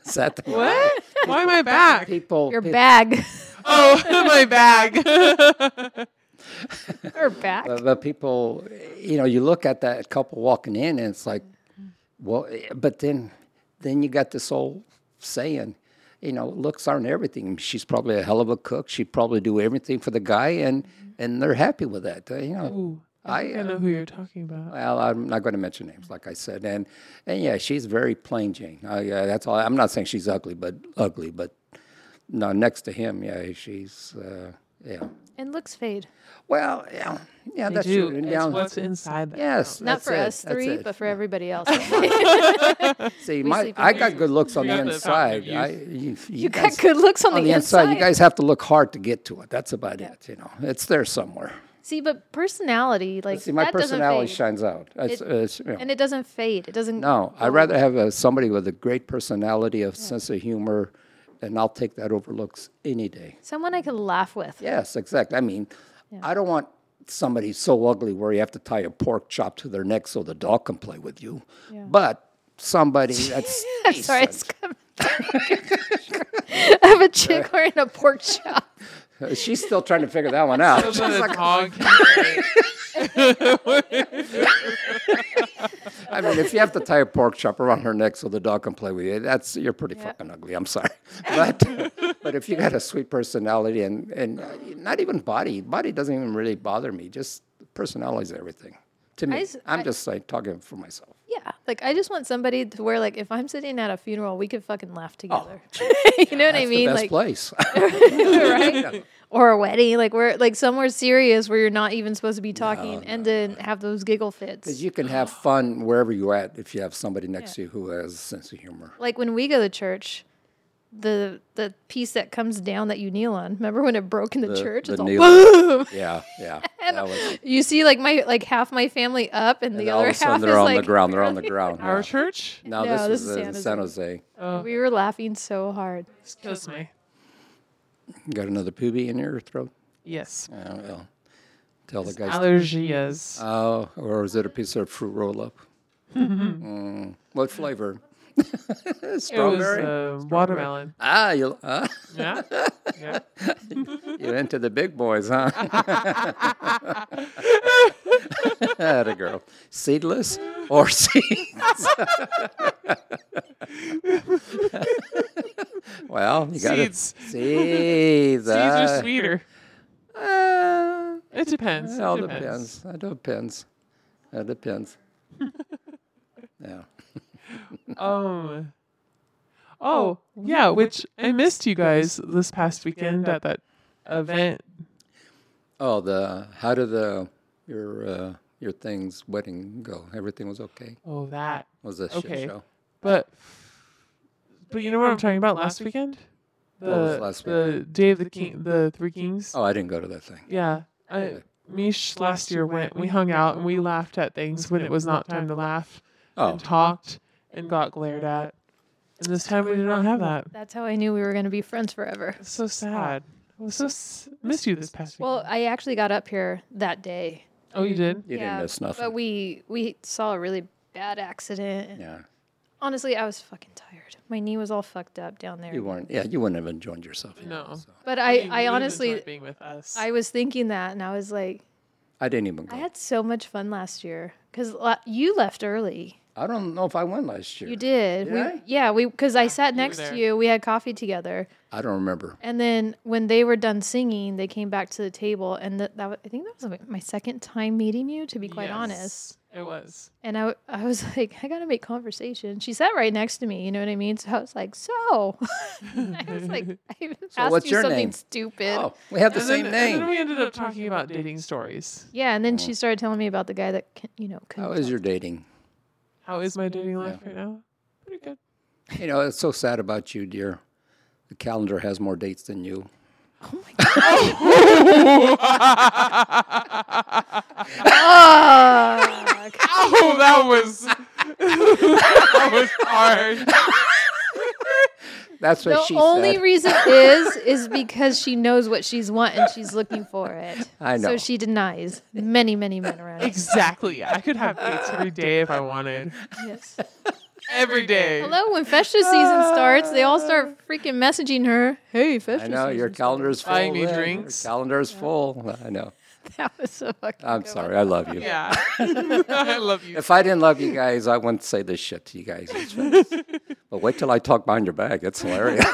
S3: sad thing.
S2: What? Why am I back?
S3: People,
S1: Your
S3: peop-
S1: bag.
S2: Oh, my bag.
S1: Her back.
S3: But, but people, you know, you look at that couple walking in, and it's like, well, eh, but then, then you got this old saying, you know, looks aren't everything. She's probably a hell of a cook. She probably do everything for the guy, and and they're happy with that. uh, You know,
S2: Ooh, I,
S3: I,
S2: think I know who you're talking about.
S3: well, I'm not going to mention names, like I said, and and yeah, she's very plain Jane. I, uh, that's all. I'm not saying she's ugly, but ugly, but no, next to him, yeah, she's uh, yeah.
S1: And looks fade.
S3: Well, yeah, yeah,
S2: They
S3: that's
S2: do.
S3: true.
S2: It's
S3: Yeah.
S2: what's inside that.
S3: Yes,
S1: oh, Not
S3: that's
S1: for
S3: it,
S1: us
S3: that's
S1: three,
S3: it.
S1: but for everybody else.
S3: See,
S1: We
S3: my
S1: sleep in
S3: I got good looks on
S2: You
S3: the
S2: got the fountain
S3: inside.
S2: of
S3: I, you, you
S1: you
S3: guys-
S1: got good looks on,
S3: on the inside. You guys have to look hard to get to it. That's about it. You know, it's there somewhere.
S1: See, but personality, like
S3: See, my
S1: that
S3: personality
S1: doesn't fade.
S3: shines out. It's, it's, you know.
S1: And it doesn't fade. It doesn't.
S3: no, I'd rather have a, somebody with a great personality, a sense of humor, and I'll take that over looks any day.
S1: Someone I can laugh with.
S3: Yes, exactly. I mean, I don't want somebody so ugly where you have to tie a pork chop to their neck so the dog can play with you. But somebody that's
S1: I'm sorry. It's coming. I have a chick wearing a pork chop.
S3: Uh, She's still trying to figure that one out.
S2: That's
S3: She's
S2: what a
S3: like,
S2: dog can
S3: I mean, if you have to tie a pork chop around her neck so the dog can play with you, that's you're pretty fucking ugly. I'm sorry, but but if you got a sweet personality and and uh, not even body, body doesn't even really bother me. Just personality is everything to me.
S1: s-
S3: I, am
S1: I-
S3: just like talking for myself.
S1: Yeah. Like, I just want somebody to where, like, if I'm sitting at a funeral, we could fucking laugh together. you know what I
S3: Oh, That's the
S1: mean?
S3: best
S1: like,
S3: place.
S1: right? Or a wedding, like where like somewhere serious where you're not even supposed to be talking and then have those giggle fits.
S3: you can have fun wherever you're at if you have somebody next to you who has a sense of humor.
S1: Like when we go to church, the the piece that comes down that you kneel on. Remember when it broke in the, church?
S3: the
S1: It's all
S3: kneel.
S1: boom.
S3: Yeah, yeah. that was-
S1: You see like my like half my family up and,
S3: and
S1: the
S3: all
S1: other
S3: of a
S1: half
S3: sudden they're
S1: is
S3: on
S1: like
S3: the ground. They're on the ground.
S2: Our
S3: yeah.
S2: church?
S3: No,
S1: No,
S3: this,
S1: this
S3: is,
S1: is
S3: uh,
S1: San Jose.
S3: San Jose.
S1: We were laughing so hard.
S2: Excuse me.
S3: Got another poobie in your throat?
S2: Yes.
S3: Oh, well. Tell the guys.
S2: Allergias.
S3: Oh, or is it a piece of fruit roll up? mm, what flavor?
S2: Mm-hmm. it was
S3: Strawberry.
S2: uh, watermelon.
S3: ah, you ah,
S2: Yeah. yeah.
S3: you're into the big boys, huh? Atta girl. Seedless or seeds? well, you got
S2: Seeds.
S3: Seeds.
S2: These are
S3: ah.
S2: sweeter.
S3: Uh,
S2: It depends.
S3: It all
S2: depends.
S3: depends. It depends. It depends. yeah.
S2: Um. Oh yeah, which I missed you guys this past weekend at that event.
S3: Oh, the how did the your uh, your things wedding go? Everything was okay.
S2: Oh that.
S3: Was a
S2: Okay.
S3: shit show.
S2: But but you know what I'm talking about last weekend? The
S3: Um, What was last
S2: the Day of the King the Three Kings.
S3: Oh, I didn't go to that thing.
S2: Yeah. I Mish last year went we hung out and we laughed at things when it was not time to laugh
S3: Oh,
S2: and talked and got glared at. And this time we did not have that.
S1: That's how I knew we were going to be friends forever.
S2: It's so sad. I was so s- missed you this past week.
S1: Well, I actually got up here that day.
S2: oh, you did?
S3: you didn't miss nothing.
S1: But we we saw a really bad accident. and
S3: yeah,
S1: Honestly, I was fucking tired. My knee was all fucked up down there.
S3: you weren't. Yeah, you wouldn't have enjoyed yourself. you know,
S2: No.
S3: so.
S1: But
S2: mean,
S1: I,
S2: you
S1: I
S2: would've
S1: honestly,
S2: enjoyed being with us.
S1: I was thinking that, and I was like,
S3: I didn't even go.
S1: I
S3: I,
S1: had so much fun last year because la- you left early.
S3: don't know if I went last year.
S1: You did.
S3: Did
S1: we,
S3: I?
S1: Yeah, we because I sat next
S2: there.
S1: to you. We had coffee together,
S3: I don't remember.
S1: and then when they were done singing, they came back to the table, and that that was, I think that was my second time meeting you, to be quite honest.
S2: It was.
S1: And I, w- I was like, I gotta make conversation. She sat right next to me. You know what I mean? So I was like, so I was like, I asked
S3: what's
S1: you
S3: your
S1: something
S3: name?
S1: stupid.
S3: Oh, we have the
S2: and
S3: same
S2: then,
S3: name.
S2: And then we ended up talking about dating stories.
S1: Yeah, and then she started telling me about the guy that can, you know. couldn't
S3: Oh. How is
S1: talk.
S3: your dating?
S2: How is my dating life right now? Pretty good.
S3: You know, it's so sad about you, dear. The calendar has more dates than you.
S1: Uh, Fuck.
S2: Oh, that was that was hard.
S3: That's what
S1: the
S3: she
S1: only
S3: said.
S1: reason is is because she knows what she's want and she's looking for it.
S3: I know.
S1: So she denies many, many men around. her.
S2: Exactly. I could have dates every day if I wanted.
S1: yes.
S2: Every day.
S1: Hello, when Fesha season starts, they all start freaking messaging her. Hey, Fesha.
S3: I know your
S1: season's
S3: calendar is full.
S2: Buying me
S3: then. Your
S2: drinks.
S3: calendar is full. I know.
S1: starting." That was so fucking.
S3: I'm
S1: good
S3: sorry. I love you.
S2: Yeah. I love you.
S3: If I didn't love you guys, I wouldn't say this shit to you guys. It's fine. but wait till I talk behind your back. It's hilarious.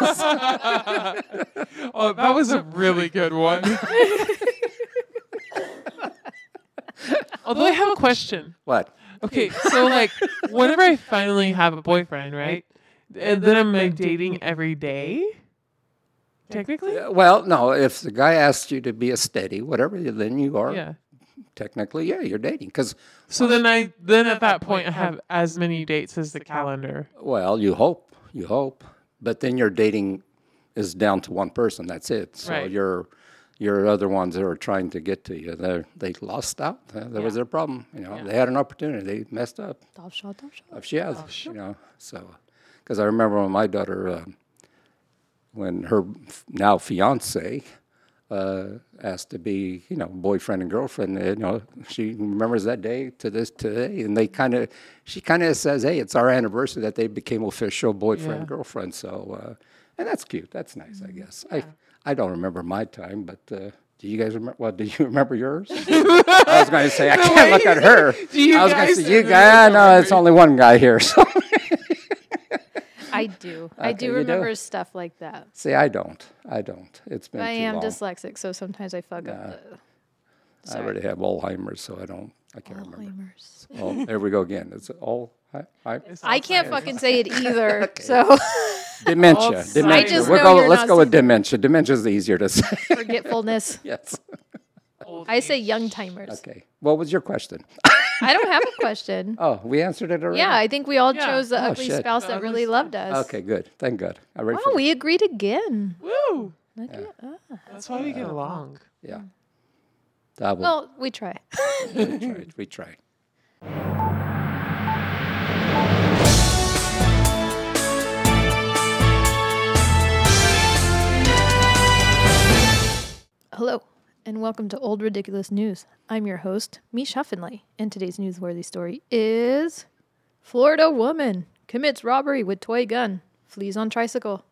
S2: Oh, that was a really good one. Although I have a question.
S3: what?
S2: Okay, so like whenever I finally have a boyfriend, right? And then I'm like dating every day? Technically?
S3: Uh, Well, no. If the guy asks you to be a steady, whatever, then you are
S2: Yeah.
S3: technically, yeah, you're dating. Because
S2: So then I then at that point I have as many dates as the calendar.
S3: well, you hope, you hope, but then your dating is down to one person. That's it. So
S2: Right.
S3: your your other ones that are trying to get to you, they they lost out. Uh, That was their problem. You know, they had an opportunity. They messed up.
S1: Top shot, top shot.
S3: If she has, you know. So, because I remember when my daughter, um when her f- now fiance uh, asked to be, you know, boyfriend and girlfriend, you know, she remembers that day to this today, and they kind of, she kind of says, "Hey, it's our anniversary that they became official boyfriend
S2: Yeah. Mm-hmm.
S3: girlfriend." So, uh, and that's cute. That's nice, I guess. I I don't remember my time, but. Uh, do you guys remember? Well, do you remember yours? I was going to say I can't
S2: way
S3: look
S2: you
S3: at her.
S2: Do you
S3: I was
S2: guys
S3: gonna say you
S2: remember
S3: guys.
S2: your
S3: No, it's only one guy here. So
S1: I do. I do
S3: you do?
S1: remember stuff like that.
S3: see, I don't. I don't. It's been
S1: But I
S3: too
S1: am
S3: long.
S1: dyslexic, so sometimes I fuck up
S3: I already have Alzheimer's, so I don't. I can't
S1: the
S3: remember.
S1: Alzheimer's.
S3: Oh, there we go again. It's all I, I,
S1: I can't fucking say it either. So
S3: dementia.
S2: Alzheimer's.
S3: Dementia.
S2: I just
S3: We'll
S1: know
S3: go.
S1: you're
S3: Let's
S1: not
S3: go with
S1: super-
S3: dementia. Dementia is easier to say.
S1: forgetfulness.
S3: yes.
S1: I say young timers.
S3: Okay. What was your question?
S1: I don't have a question.
S3: Oh, we answered it already.
S1: Yeah, I think we all
S2: Yeah.
S1: chose the
S3: Oh,
S1: ugly
S3: shit.
S1: spouse that really loved us.
S3: Okay. Good. Thank God. I read.
S1: Wow, Oh, we agreed again.
S2: Woo!
S1: Look at us.
S2: That's why we get along.
S3: yeah. That was,
S1: Well, we try.
S3: we tried. We tried.
S1: Hello, and welcome to Old Ridiculous News. I'm your host, Mish Huffenley, and today's newsworthy story is Florida woman commits robbery with toy gun, flees on tricycle.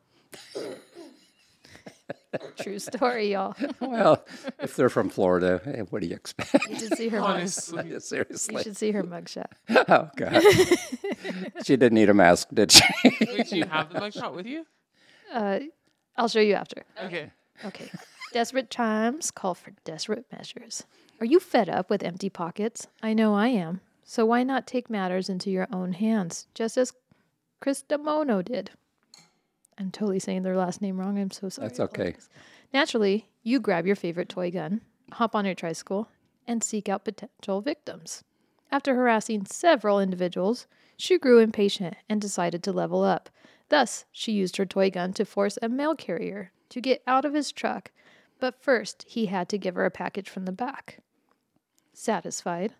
S1: True story, y'all.
S3: Well, if they're from Florida, eh, what do you expect?
S1: You should see her mug.
S2: Honestly,
S1: You
S3: Seriously.
S1: should see her mugshot.
S3: Oh, God. she didn't need a mask, did she?
S2: wait, do you have the mugshot with you?
S1: Uh, I'll show you after.
S2: Okay.
S1: Okay. Desperate times call for desperate measures. Are you fed up with empty pockets? I know I am. So why not take matters into your own hands, just as Christamono did? I'm totally saying their last name wrong. I'm so sorry.
S3: That's okay.
S1: Naturally, you grab your favorite toy gun, hop on your tricycle, and seek out potential victims. After harassing several individuals, she grew impatient and decided to level up. Thus, she used her toy gun to force a mail carrier to get out of his truck, but first he had to give her a package from the back. Satisfied,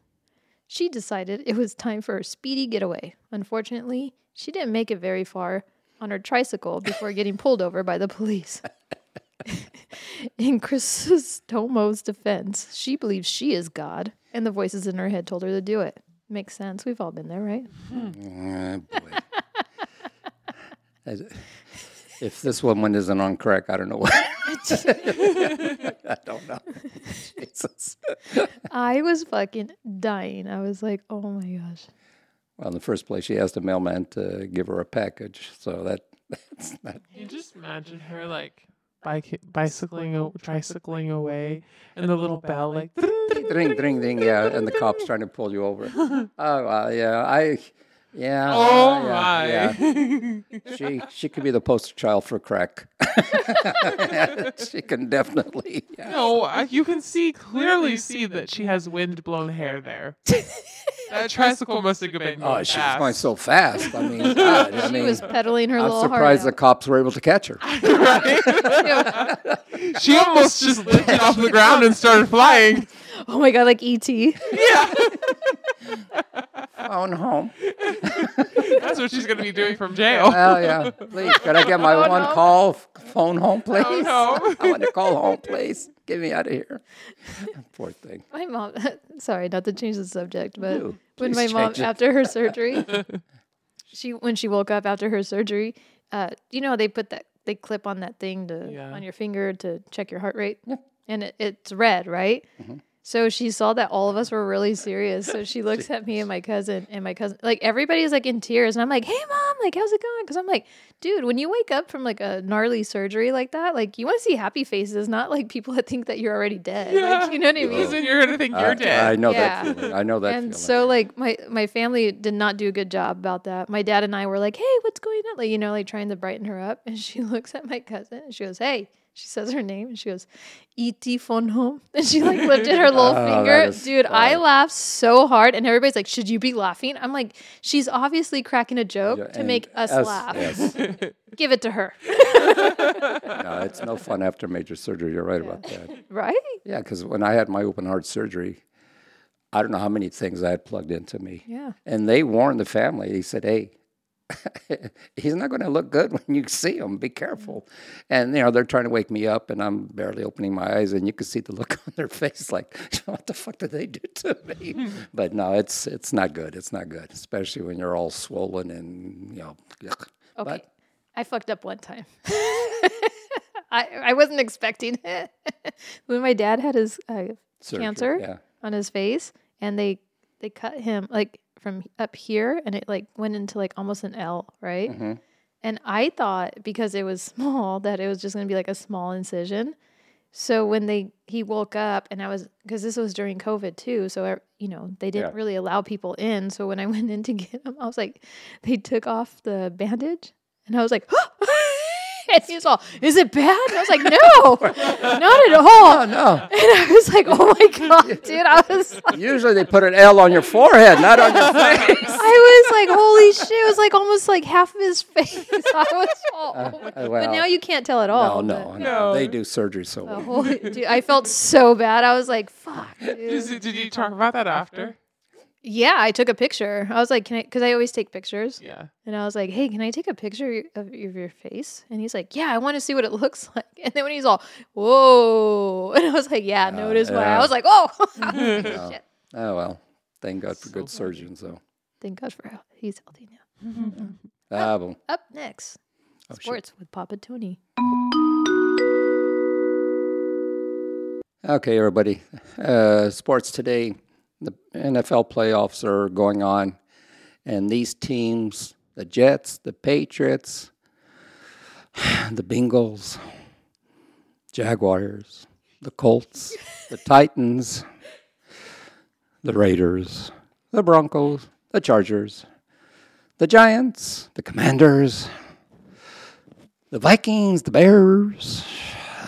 S1: she decided it was time for a speedy getaway. Unfortunately, she didn't make it very far on her tricycle before getting pulled over by the police. In Chrysostomo's defense, she believes she is God, and the voices in her head told her to do it. Makes sense. We've all been there, right?
S3: Ah, boy. I- If this woman isn't on crack, I don't know what. I don't know. Jesus.
S1: I was fucking dying. I was like, oh my gosh.
S3: Well, in the first place, she asked the mailman to give her a package, so that that's not.
S2: Can you just imagine her like bike, bicycling, o- tricycling away, and the little bell like.
S3: Ding, ding, ding, yeah, and the cops trying to pull you over. Oh, well, yeah, I, yeah.
S2: Oh
S3: yeah,
S2: my!
S3: yeah. she she could be the poster child for crack. she can definitely. Yeah.
S2: No, I, you can see clearly see that she has wind blown hair there. that tricycle must have been.
S3: Oh,
S2: going
S3: she was
S2: fast.
S3: going so fast. I mean, God, I
S1: She
S3: mean,
S1: was pedaling her
S3: I'm
S1: little
S3: surprised the
S1: heart.
S3: cops were able to catch her.
S1: out.
S2: She almost just lifted off the ground and started flying.
S1: oh my god, like E.T.
S2: Yeah,
S3: Phone home.
S2: that's what she's gonna be doing from jail.
S3: Well, yeah. Please, can I get my one
S1: home?
S3: call f- phone home, please?
S2: home.
S3: I want to call home, please. Get me out of here. Poor thing.
S1: My mom, sorry, not to change the subject, but
S3: No,
S1: when
S3: please
S1: my mom,
S3: change it.
S1: after her surgery, she when she woke up after her surgery, uh, you know how they put that they clip on that thing to
S2: Yeah.
S1: on your finger to check your heart rate, and it, it's red, right?
S3: Mm-hmm.
S1: So she saw that all of us were really serious. So she looks at me and my cousin, and my cousin, like everybody's like in tears, and I'm like, "Hey, mom, like how's it going?" Because I'm like, "Dude, when you wake up from like a gnarly surgery like that, like you want to see happy faces, not like people that think that you're already dead.
S2: Yeah.
S1: Like you know what I mean?"
S2: Because then you're gonna think
S3: I-
S2: you're
S3: I,
S2: dead.
S3: know
S1: Yeah.
S3: that feeling. I know that
S1: and
S3: feeling.
S1: so like my my family did not do a good job about that my dad and i were like hey what's going on like you know like trying to brighten her up and she looks at my cousin and she goes hey she says her name and she goes et von home and she like lifted her little
S3: Oh, that
S1: finger
S3: is
S1: dude i
S3: funny.
S1: laughed so hard and everybody's like should you be laughing i'm like she's obviously cracking a joke
S3: Yeah,
S1: to
S3: and
S1: make us, laugh
S3: yes.
S1: give it to her
S3: No, Uh, it's no fun after major surgery. You're right about that.
S1: right
S3: Yeah, because when I had my open heart surgery, I don't know how many things I had plugged into me.
S1: yeah
S3: And they warned the family. He said, "Hey, he's not going to look good when you see him. Be careful." And you know they're trying to wake me up, and I'm barely opening my eyes, and you could see the look on their face, like, "What the fuck did they do to me?" but no, it's it's not good. It's not good, especially when you're all swollen and you know. yuck.
S1: okay
S3: But
S1: i fucked up one time I, I wasn't expecting it when my dad had his uh,
S3: surgery,
S1: Cancer?
S3: Yeah.
S1: on his face and they they cut him like from up here and it like went into like almost an L, right?
S3: Mhm.
S1: And I thought because it was small that it was just going to be like a small incision. So when they he woke up and I was cuz this was during COVID too, so I, you know, they didn't
S3: Yeah.
S1: really allow people in. So when I went in to get him, I was like they took off the bandage and I was like And he was all, is it bad? And I was like, no, not at all.
S3: No,
S1: And I was like, oh my God, dude. I was like,
S3: usually they put an L on your forehead, not on your face.
S1: I was like, holy shit. It was like almost like half of his face. I was all, oh my-
S3: Uh,
S1: But
S3: well,
S1: now you can't tell at
S3: no,
S1: all.
S3: Oh, no, no,
S2: No.
S3: They do surgery so
S1: but- uh, but
S3: well.
S1: holy, dude, I felt so bad. I was like, fuck,
S2: Is
S1: dude.
S2: it- Did you talk about that after?
S1: Yeah, I took a picture. I was like, "Can I?" Because I always take pictures,
S2: Yeah.
S1: and I was like, "Hey, can I take a picture of your, of your face?" And he's like, "Yeah, I want to see what it looks like." And then when he's all, "Whoa," and I was like, "Yeah, no,
S3: Uh,
S1: it is why."
S3: yeah. Mm-hmm.
S1: I was like, "Oh,
S3: Yeah.
S1: shit!"
S3: Oh well, thank God for
S2: So
S3: good
S2: funny.
S3: surgeons, though.
S1: Thank God for he's healthy now.
S3: Ah, well,
S1: Up next,
S3: Oh, shit.
S1: sports with Papa Tony.
S3: Okay, everybody. Uh, sports today, the NFL playoffs are going on, and these teams the Jets, the Patriots, the Bengals, Jaguars, the Colts, the Titans, the Raiders, the Broncos, the Chargers, the Giants, the Commanders, the Vikings, the Bears,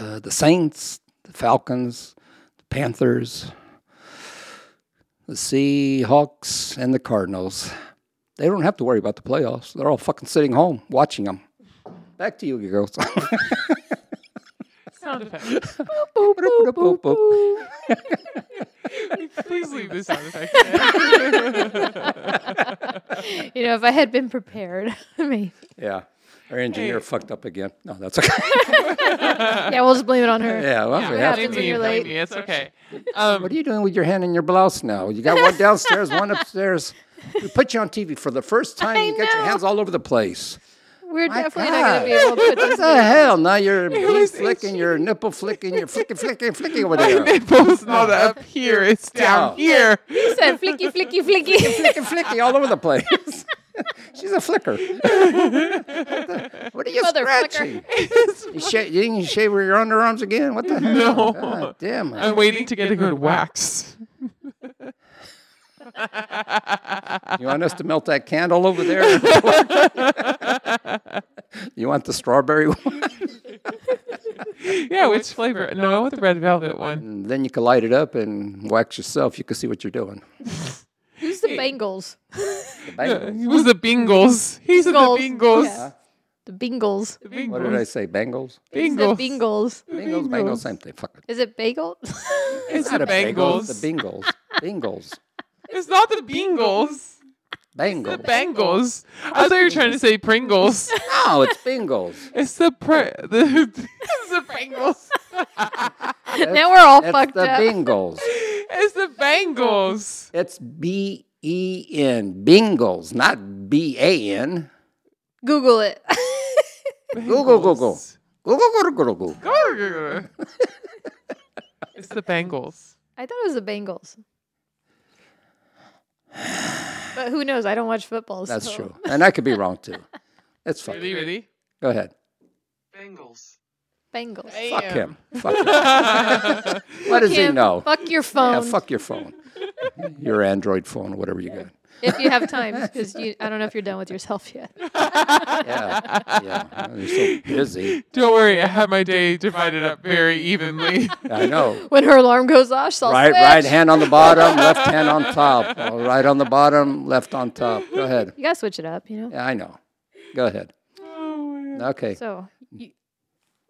S3: uh, the Saints, the Falcons, the Panthers, the Seahawks, and the Cardinals. They don't have to worry about the playoffs. They're all fucking sitting home watching them. Back to you, girls.
S2: Sound effect. Please leave the sound effect.
S1: You know, if I had been prepared, maybe.
S3: yeah. Our engineer
S2: Hey.
S3: fucked up again. No, that's okay.
S1: Yeah, we'll just blame it on her.
S3: yeah, well, we have
S2: blame
S1: happens
S3: to.
S1: when
S2: me,
S1: you're
S2: blame
S1: late.
S2: me, It's okay. Um,
S3: What are you doing with your hand in your blouse now? You got one downstairs, one upstairs. We put you on TV for the first time.
S1: I
S3: and you got your
S1: know.
S3: hands all over the place.
S1: We're
S3: My
S1: definitely not going to be able to put
S3: What
S1: this.
S3: the Oh, hell? Now you're bee
S2: was
S3: flicking, you're nipple flicking, you're flicking, flicking, flicking over
S2: my
S3: there.
S2: nipple's not up here. It's down
S3: No.
S2: here.
S1: He said, "Flicky, flicky, flicky."
S3: flicking, flicking all over the place. She's a flicker. what are you
S1: Mother flicker.
S3: scratching? You, sha- you didn't shave your underarms again? What the hell?
S2: No.
S3: God damn it.
S2: I'm waiting to get a good wax.
S3: You want us to melt that candle over there? you want the strawberry one?
S2: Yeah, which flavor? No, I want the red velvet one.
S3: And then you can light it up and wax yourself. You can see what you're doing.
S1: Who's the Bengals?
S3: The
S2: It
S3: bangles.
S2: was the Bingles. He said the
S1: Bingles,
S2: Bingles.
S1: yeah. The Bengals.
S2: The
S3: What did I
S2: Bingles.
S3: say? Bangles?
S1: It's
S2: Bingles.
S1: The Bengals.
S3: Bangles, bangles, same thing. Fuck it.
S1: Is it bagel?
S2: It's
S3: Not
S2: the
S3: a bagel,
S2: Bengals.
S3: it's The bingles. Bingles.
S2: It's not the Bingles.
S3: Bangles.
S2: The Bangles. I thought you were trying to say Pringles.
S3: no, it's bingles.
S2: It's the pr- the it's the Pringles.
S1: now we're all
S3: It's
S1: fucked
S3: the
S1: up.
S3: bingles.
S2: It's the Bangles.
S3: It's B E N. Bingles, not B A N.
S1: Google it.
S3: Google, Google. Google, Google, Google, Google.
S2: Garg. it's the Bengals.
S1: I thought it was the Bengals. But who knows? I don't watch football.
S3: That's
S1: so-
S3: true. And I could be wrong too. That's
S2: Ready,
S3: fine.
S2: ready?
S3: Go ahead.
S2: Bengals.
S1: Bengals.
S3: Fuck him. Fuck him. What does he
S1: Kim,
S3: know?
S1: Fuck your
S3: Yeah,
S1: phone
S3: fuck your phone. Your Android phone, whatever you got.
S1: if you have time, because I don't know if you're done with yourself yet.
S3: Yeah. Yeah. You're so busy.
S2: Don't worry, I have my day divided up very evenly.
S3: I know.
S1: When her alarm goes off, she'll
S3: Right,
S1: switch.
S3: right hand on the bottom, left hand on top. Oh, Right on the bottom, left on top. Go ahead.
S1: You gotta switch it up, you know.
S3: Yeah, I know. Go ahead.
S1: Oh,
S3: Okay.
S1: So you,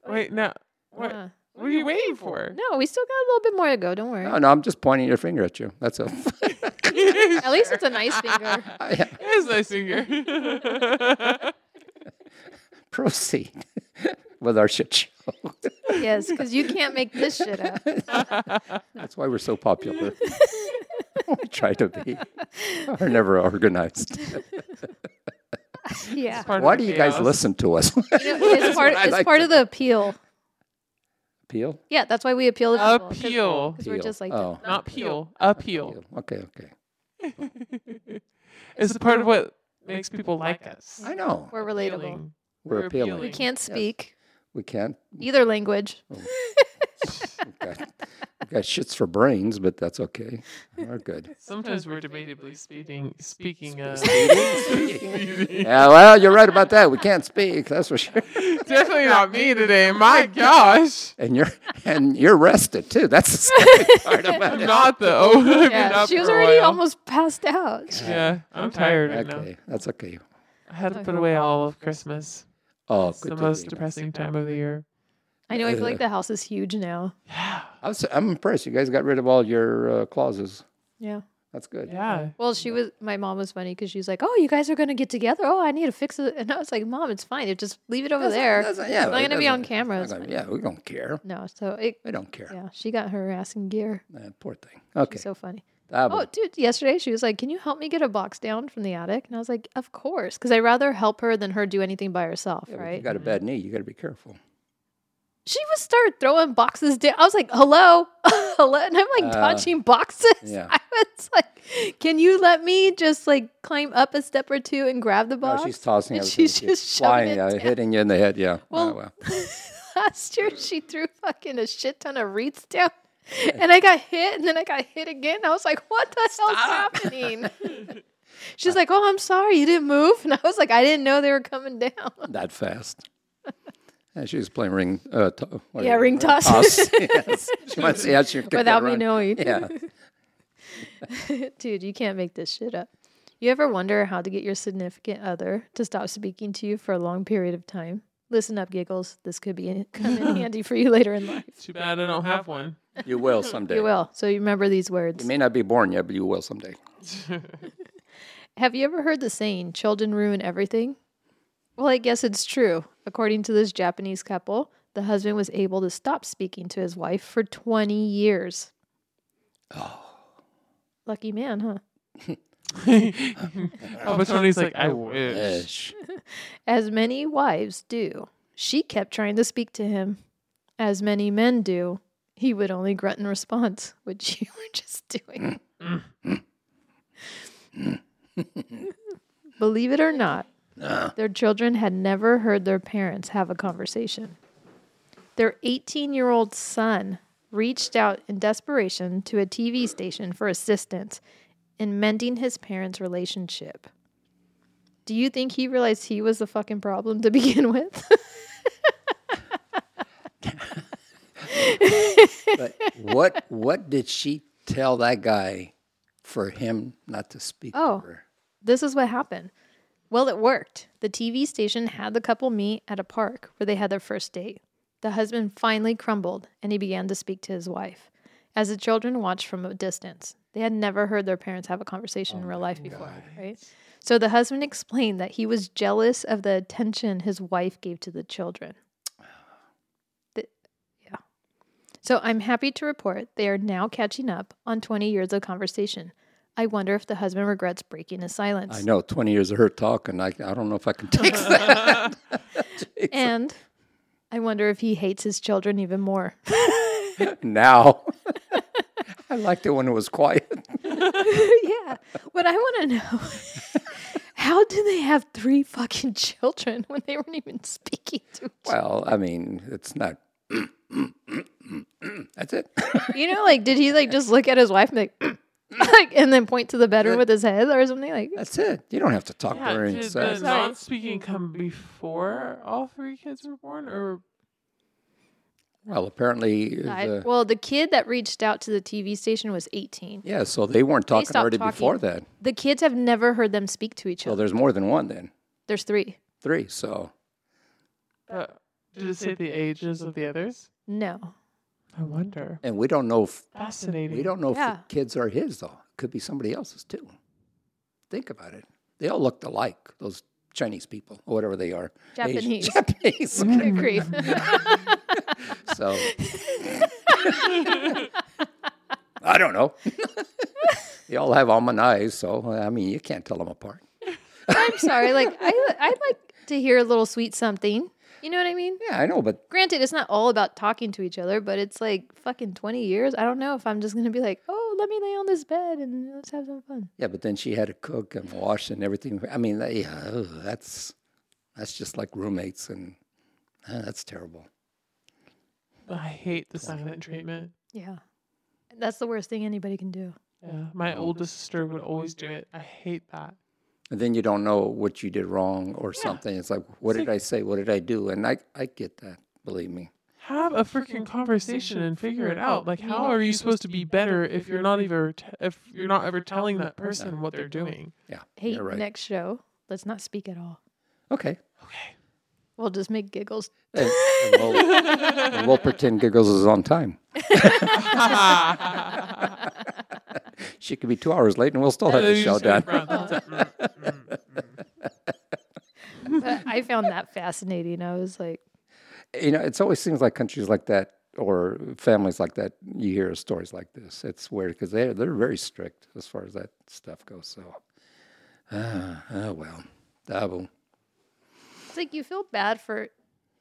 S2: Wait, now what?
S1: uh,
S2: What are you waiting for?
S1: no, we still got a little bit more to go. Don't worry.
S3: No, no, I'm just pointing your finger at you. That's all.
S1: At least it's a nice finger.
S3: Yeah,
S2: It's nice finger.
S3: Proceed with our shit show.
S1: Yes, because you can't make this shit up.
S3: That's why we're so popular. we try to be. We're never organized.
S1: Yeah,
S3: Why do you guys listen to us?
S1: You know, it's part.
S3: what I
S1: It's
S3: like
S1: part
S3: to
S1: of the appeal.
S3: Peel?
S1: Yeah, that's why we appeal to people.
S2: Appeal.
S1: because we're
S3: Peel.
S1: just like
S3: oh,
S1: that.
S2: Not peel, appeal.
S3: peel. Oh, Okay, okay.
S2: It's a part of what makes people like us.
S3: I know.
S1: we're relatable.
S2: Appealing.
S3: We're
S2: We're
S3: appealing.
S1: We
S2: appealing.
S1: can't speak
S3: We can't.
S1: either language.
S3: We've got, we've got shits for brains, but that's okay. We're good.
S2: Sometimes we're debatably speaking. Speaking uh, of.
S3: Yeah, well, you're right about that. We can't speak. That's for sure.
S2: Definitely not me today. My gosh.
S3: And you're and you're rested too. That's the scary part about
S2: I'm
S3: it.
S2: not though. I've been
S1: Yeah,
S2: up
S1: she was
S2: for a
S1: already
S2: while.
S1: almost passed out.
S2: Yeah, I'm tired right now.
S3: Okay, that's okay.
S2: I had to put away all of Christmas.
S3: Oh,
S2: It's
S3: good.
S2: the
S3: to
S2: most
S3: hear.
S2: depressing time of the year.
S1: I know. I feel like the house is huge now.
S2: Yeah.
S3: I was, I'm impressed. You guys got rid of all your uh, clauses.
S1: Yeah,
S3: That's good.
S2: Yeah.
S1: Well, she was. My mom was funny because she's like, "Oh, you guys are gonna get together. Oh, I need to fix it." And I was like, "Mom, it's fine. You just leave it over
S3: That's-
S1: Oh, there.
S3: that's-
S1: it's
S3: it
S1: not gonna be
S3: doesn't-
S1: on camera.
S3: it's
S1: It's
S3: not gonna-
S1: fine."
S3: yeah, we don't care.
S1: No, so it.
S3: We don't care.
S1: Yeah, she got her ass in gear.
S3: Eh, poor thing. Okay.
S1: She's so funny.
S3: that
S1: Oh,
S3: one.
S1: dude, yesterday she was like, Can you help me get a box down from the attic? And I was like, Of course, because I'd rather help her than her do anything by herself,
S3: Yeah, but If you
S1: right?
S3: got a bad knee, you got to be careful.
S1: she would start throwing boxes down. I was like, Hello, hello. And I'm like
S3: Uh,
S1: dodging boxes.
S3: yeah.
S1: I was like, Can you let me just like climb up a step or two and grab the
S3: No,
S1: box?
S3: Oh, she's tossing
S1: and
S3: everything.
S1: she's just shoving
S3: flying,
S1: it
S3: uh,
S1: down.
S3: hitting you in the head. Yeah. Ah,
S1: Well,
S3: well.
S1: Last year she threw fucking a shit ton of wreaths down. And I got hit and then I got hit again. I was like, what the hell's happening? She's like, oh, I'm sorry, you didn't move. And I was like, I didn't know they were coming down.
S3: that fast. And she was playing ring. Uh, to- what
S1: Yeah,
S3: is it?
S1: ring toss.
S3: yes. She wants to see how she can kick it
S1: Without me
S3: around.
S1: knowing.
S3: Yeah.
S1: Dude, you can't make this shit up. You ever wonder how to get your significant other to stop speaking to you for a long period of time? Listen up, giggles. This could be come in handy for you later in life.
S2: Too bad I don't have one.
S3: You will someday.
S1: You will. So you remember these
S3: You
S1: words.
S3: may not be born yet, but you will someday.
S1: Have you ever heard the saying, children ruin everything? Well, I guess it's true. According to this Japanese couple, the husband was able to stop speaking to his wife for 20 years. Oh. Lucky man, huh?
S2: Papa Tony's like,
S3: Oh,
S2: I wish.
S3: Ish.
S1: As many wives do. She kept trying to speak to him. As many men do. He would only grunt in response, which you were just doing. Believe it or not, their children had never heard their parents have a conversation. Their 18 year old son reached out in desperation to a TV station for assistance in mending his parents' relationship. Do you think he realized he was the fucking problem to begin with?
S3: But what what did she tell that guy for him not to speak
S1: Oh.
S3: to her?
S1: this is what happened. Well, it worked. The TV station had the couple meet at a park where they had their first date. The husband finally crumbled and he began to speak to his wife. As the children watched from a distance, they had never heard their parents have a conversation in real life before, right? So the husband explained that he was jealous of the attention his wife gave to the children. The- yeah. So I'm happy to report they are now catching up on 20 years of conversation. I wonder if the husband regrets breaking his silence.
S3: I know, 20 years of her talking. I, I don't know if I can take that.
S1: And I wonder if he hates his children even more.
S3: now. I liked it when it was quiet.
S1: yeah. What I want to know how do they have three fucking children when they weren't even speaking to each
S3: Well, I mean, it's not. That's it.
S1: other? You know, like, did he like just look at his wife and be like, like, and then point to the bedroom with his head or something? Like,
S3: That's it. You don't have to talk
S2: Yeah,
S3: during
S2: did the
S3: sex.
S2: non speaking come before all three kids were born? Or
S3: Well, apparently, uh,
S1: I,
S3: the,
S1: well, the kid that reached out to the TV station was 18.
S3: yeah. So they weren't talking
S1: stopped
S3: already
S1: talking.
S3: before that.
S1: The kids have never heard them speak to each
S3: So
S1: other.
S3: there's more than one then,
S1: There's three.
S3: three. So
S2: uh, did it say the ages of the others?
S1: No.
S2: I wonder.
S3: and we don't know. If,
S2: Fascinating.
S3: we don't know if
S1: Yeah.
S3: the kids are his though. Could be somebody else's too. Think about it. They all looked alike. Those Chinese people, or whatever they are. Asian-
S1: Japanese.
S3: Japanese.
S1: Good grief.
S3: so I don't know. they all have almond eyes, so I mean, you can't tell them apart.
S1: I'm sorry. Like, I, I'd like to hear a little sweet something. You know what I mean?
S3: Yeah, I know, but
S1: granted it's not all about talking to each other but it's like fucking 20 years i don't know if i'm just gonna be like oh let me lay on this bed and let's have some fun
S3: Yeah, but then she had to cook and wash and everything. I mean, that, yeah, ugh, that's that's just like roommates, and uh, that's terrible.
S2: I hate the silent treatment.
S1: yeah that's the worst thing anybody can do
S2: Yeah, my
S3: Oh.
S2: oldest sister would always do it. I hate that.
S3: And then you don't know what you did wrong or something. It's like, what did I say? What did I do? And I I get that. Believe me.
S2: Have a freaking conversation and figure it out. Like, how are you supposed to be better if you're not even t- if you're not ever telling that person what they're doing?
S3: Yeah,
S1: hey
S3: you're right.
S1: next show let's not speak at all
S3: Okay,
S1: we'll just make giggles
S3: and, and we'll, and we'll pretend giggles is on time. She could be two hours late and we'll still have
S2: You just
S3: the show
S2: gotta
S3: done.
S2: brown things up. Mm, mm, mm.
S1: But I found that fascinating. I was like,
S3: You know, it's always seems like countries like that or families like that, you hear stories like this. It's weird because they're, they're very strict as far as that stuff goes. So, ah, oh, well. Double.
S1: it's like you feel bad for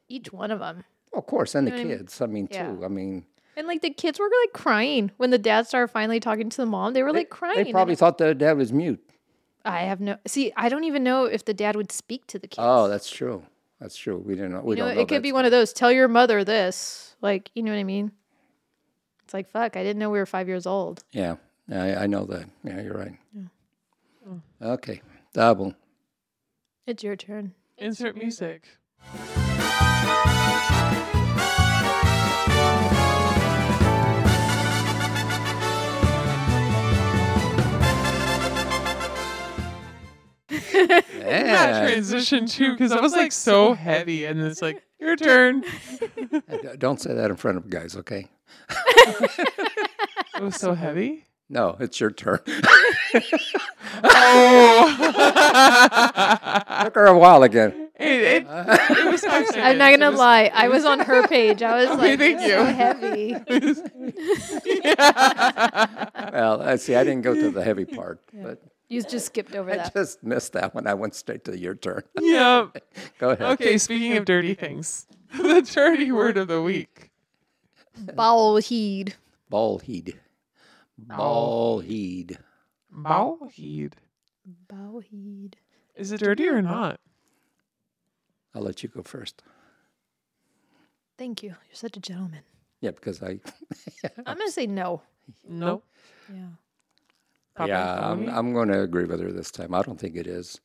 S1: each one of them.
S3: Of course. And the
S1: know what I mean?
S3: kids. I mean,
S1: Yeah.
S3: too. I mean,
S1: And like the kids were like crying when the dad started finally talking to the mom. They were like crying.
S3: they
S1: and
S3: probably thought their dad was mute.
S1: I have no see. I don't even know if the dad would speak to the kids.
S3: Oh, that's true. That's true. We didn't know. We
S1: you know,
S3: don't know.
S1: it could be
S3: that's-
S1: one of those. Tell your mother this. Like, you know what I mean? It's like fuck. I didn't know we were five years old.
S3: Yeah, I, I know that. Yeah, you're right. Oh. Okay, Ah, double.
S1: It's your turn.
S2: Insert music. That
S3: Yeah.
S2: transition too, because I was like so heavy, and it's like your turn.
S3: D- Don't say that in front of guys, okay?
S2: It was so heavy.
S3: No, it's your turn.
S2: Oh.
S3: Took her a while again.
S2: it, it, it was five seconds.
S1: I'm not
S2: It
S1: gonna
S2: was-
S1: lie. I was on her page. I was
S2: Okay,
S1: like,
S2: Oh, thank
S1: "This is so
S2: you.
S1: heavy.
S3: Well, I see. I didn't go to the heavy part, but
S1: You just skipped over
S3: I
S1: that.
S3: just missed that one. I went straight to your turn.
S2: Yep.
S3: Go ahead.
S2: Okay, speaking of dirty things, the dirty word of the week.
S1: Bowel heed.
S3: Ball heed. Ball heed.
S2: Bowel heed.
S1: Bowel heed.
S2: Is it dirty or not?
S3: I'll let you go first.
S1: Thank you. You're such a gentleman.
S3: Yeah, because I.
S1: I'm gonna say no.
S2: No.
S1: Yeah.
S2: Papa
S3: yeah, I'm,
S2: Tony?
S3: I'm going to agree with her this time. I don't think it is.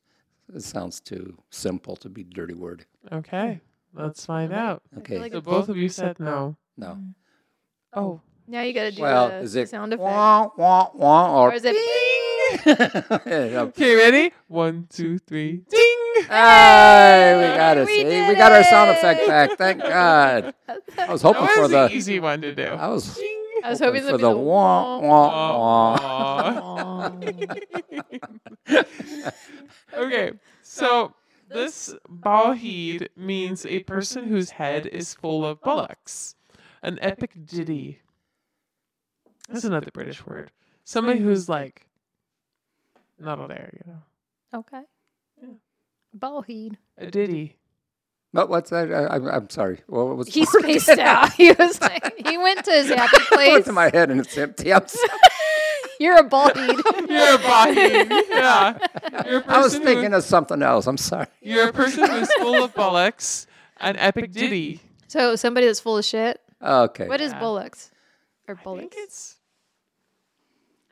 S3: It sounds too simple to be a dirty word.
S2: Okay, let's find out.
S3: Okay.
S1: like
S2: So both of you said no.
S3: no.
S2: Oh,
S1: Now you gotta do
S3: Well,
S1: the
S3: is it
S1: sound effect.
S3: wah wah wah or,
S1: Or is it
S3: Yeah,
S2: okay, ready? One, two, three, ding!
S3: Hey, we got it.
S1: We
S3: See, we
S1: did
S3: got our sound effect
S1: it.
S3: back. Thank God. I was hoping
S2: That
S3: for
S2: was
S3: the.
S2: the easy one to do.
S3: I was
S2: Ding.
S1: I was
S3: hoping
S1: hoping
S3: for the wah wah wah.
S2: Aw. okay, so this balheed means a person whose head is full of bullocks, an epic ditty. That's another British word. Somebody who's like not all there, you know.
S1: Okay.
S2: Yeah.
S1: Bowel heed.
S2: A ditty.
S3: But what's that? I, I'm, I'm sorry. What was?
S1: He spaced out. He was like, he went to his happy
S3: I went
S1: place.
S3: to my head and it's empty. I'm sorry.
S1: You're a ball heed.
S2: You're a balheed. Yeah. You're a person
S3: I was
S2: who-
S3: thinking of something else. I'm sorry.
S2: you're a person who's full of bullocks, an epic ditty.
S1: So somebody that's full of shit.
S3: Okay.
S1: What is
S2: Yeah.
S1: bullocks? Or
S2: I think
S1: bullocks?
S2: it's.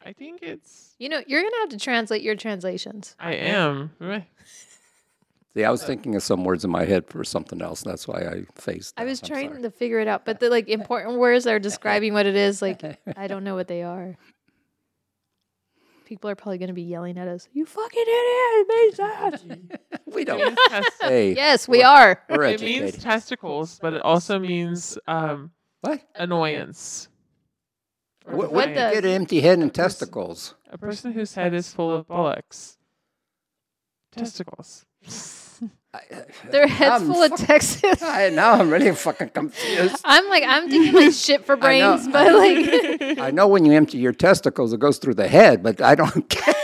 S2: I think it's.
S1: You know, you're gonna have to translate your translations.
S2: I am.
S3: See, I was thinking of some words in my head for something else. That's why I faced.
S1: I
S3: that.
S1: was
S3: I'm
S1: trying
S3: sorry.
S1: to figure it out, but the like important words that are describing what it is, like I don't know what they are. People are probably gonna be yelling at us. You fucking idiot! It means that.
S3: We don't.
S2: Test-
S3: Hey,
S1: yes, we are.
S3: we're
S2: it means
S3: educated.
S2: testicles, but it also means um,
S3: What?
S2: annoyance. Or
S3: What,
S1: what
S3: what
S1: the-
S2: defiance.
S3: get an empty head and
S2: person-
S3: testicles?
S2: A person whose head is full of bullocks. Testicles.
S1: Their heads
S3: I'm
S1: full of
S3: fuck-
S1: Texas.
S3: I now I'm really fucking confused.
S1: I'm like I'm thinking like shit for
S3: I know.
S1: brains, but like
S3: I know when you empty your testicles, it goes through the head, but I don't get.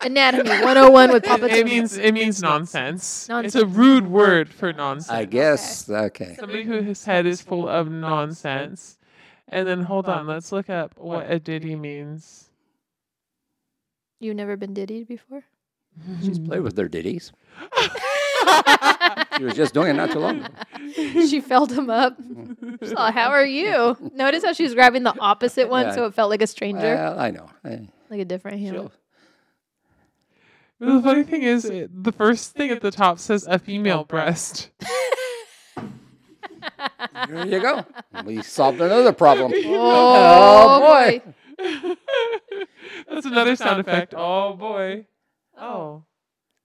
S1: anatomy 101 with Papa
S2: it
S1: Tony.
S2: means it means nonsense. Uh, It's a
S1: Oh, Nonsense.
S2: rude word for nonsense.
S3: I guess okay.
S2: Somebody whose head is full of nonsense. And then hold on, let's look up what a ditty means.
S1: You've never been diddied before?
S3: She's played with their ditties. she was just doing it not too long. ago.
S1: she felt him up. She's like, how are you? Notice how she was grabbing the opposite one,
S3: Yeah.
S1: so it felt like a stranger,
S3: Well, I know. I-
S1: like a different hand.
S3: she'll-
S2: But the funny thing is, it, the first thing at the top says a female breast.
S3: There you go. We solved another problem.
S1: Oh, boy.
S2: That's another sound effect. Oh boy. Oh,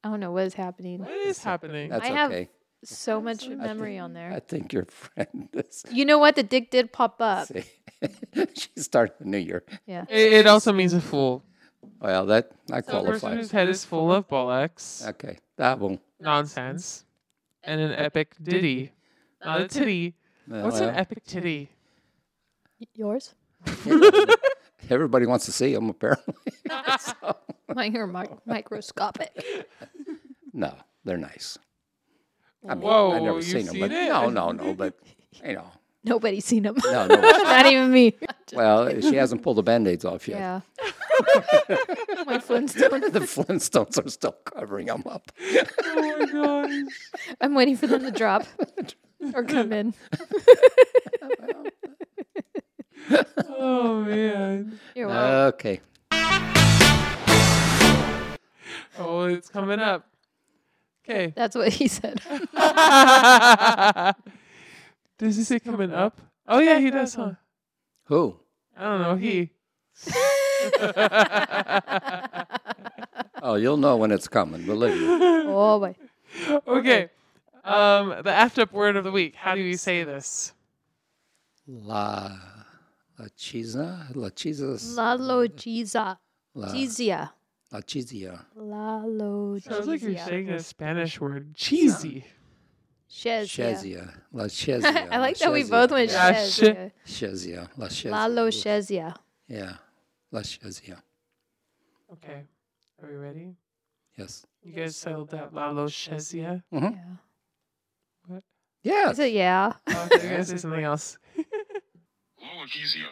S1: I don't know what is happening.
S2: what is happening?
S3: That's
S1: I have-
S3: okay.
S1: So much memory on there.
S3: I think your friend is.
S1: You know what? The dick did pop up.
S3: See, She's starting the new year.
S1: Yeah.
S2: It, it also means a fool.
S3: Well, that I
S2: A person
S3: qualifies.
S2: whose head is full of bollocks,
S3: Okay, that one.
S2: nonsense, and an epic ditty. Not a titty.
S3: Uh,
S2: What's an
S3: well,
S2: epic titty?
S1: Y- Yours?
S3: Everybody wants to see him, apparently.
S1: Mine are mi- microscopic.
S3: No, they're nice. I mean,
S2: Whoa,
S3: I've never
S2: you've
S3: seen them,
S2: seen
S3: but
S2: it?
S3: no, no, no, but you know,
S1: Nobody's seen them.
S3: no, no.
S1: Not even me.
S3: well, she hasn't pulled the band-aids off yet.
S1: Yeah. My Flintstone.
S3: the Flintstones are still covering them up.
S2: Oh my gosh.
S1: I'm waiting for them to drop or come in.
S2: Oh man.
S1: You're welcome.
S3: Okay.
S2: Oh, it's coming up. Okay.
S1: That's what he said.
S2: Does he say coming up? Oh yeah, he does, huh?
S3: Who?
S2: I don't know. He.
S3: Oh, you'll know when it's coming. Believe me.
S1: Oh boy.
S2: Okay. Um, the aft up word of the week. How do you say this?
S3: La, la chisa, la chisas,
S1: La Logizia.
S3: la,
S1: Gizia.
S3: la chizia.
S1: La
S2: Sounds like you're
S1: Logizia.
S2: saying a Spanish word. Cheesy.
S1: Shezia.
S3: Shezia, la chezia.
S1: I like
S3: la
S1: that we
S3: chezia.
S1: both went
S2: Yeah,
S1: Shezia.
S3: Shezia, la chezia.
S1: La Logizia.
S3: Yeah, la chezia.
S2: Okay. Are we ready?
S3: Yes.
S2: You guys settled that La Lochezia?
S1: Yeah.
S3: Yeah.
S1: Is it yeah?
S2: Oh, I thought you guys say something else.
S4: Lolochizia.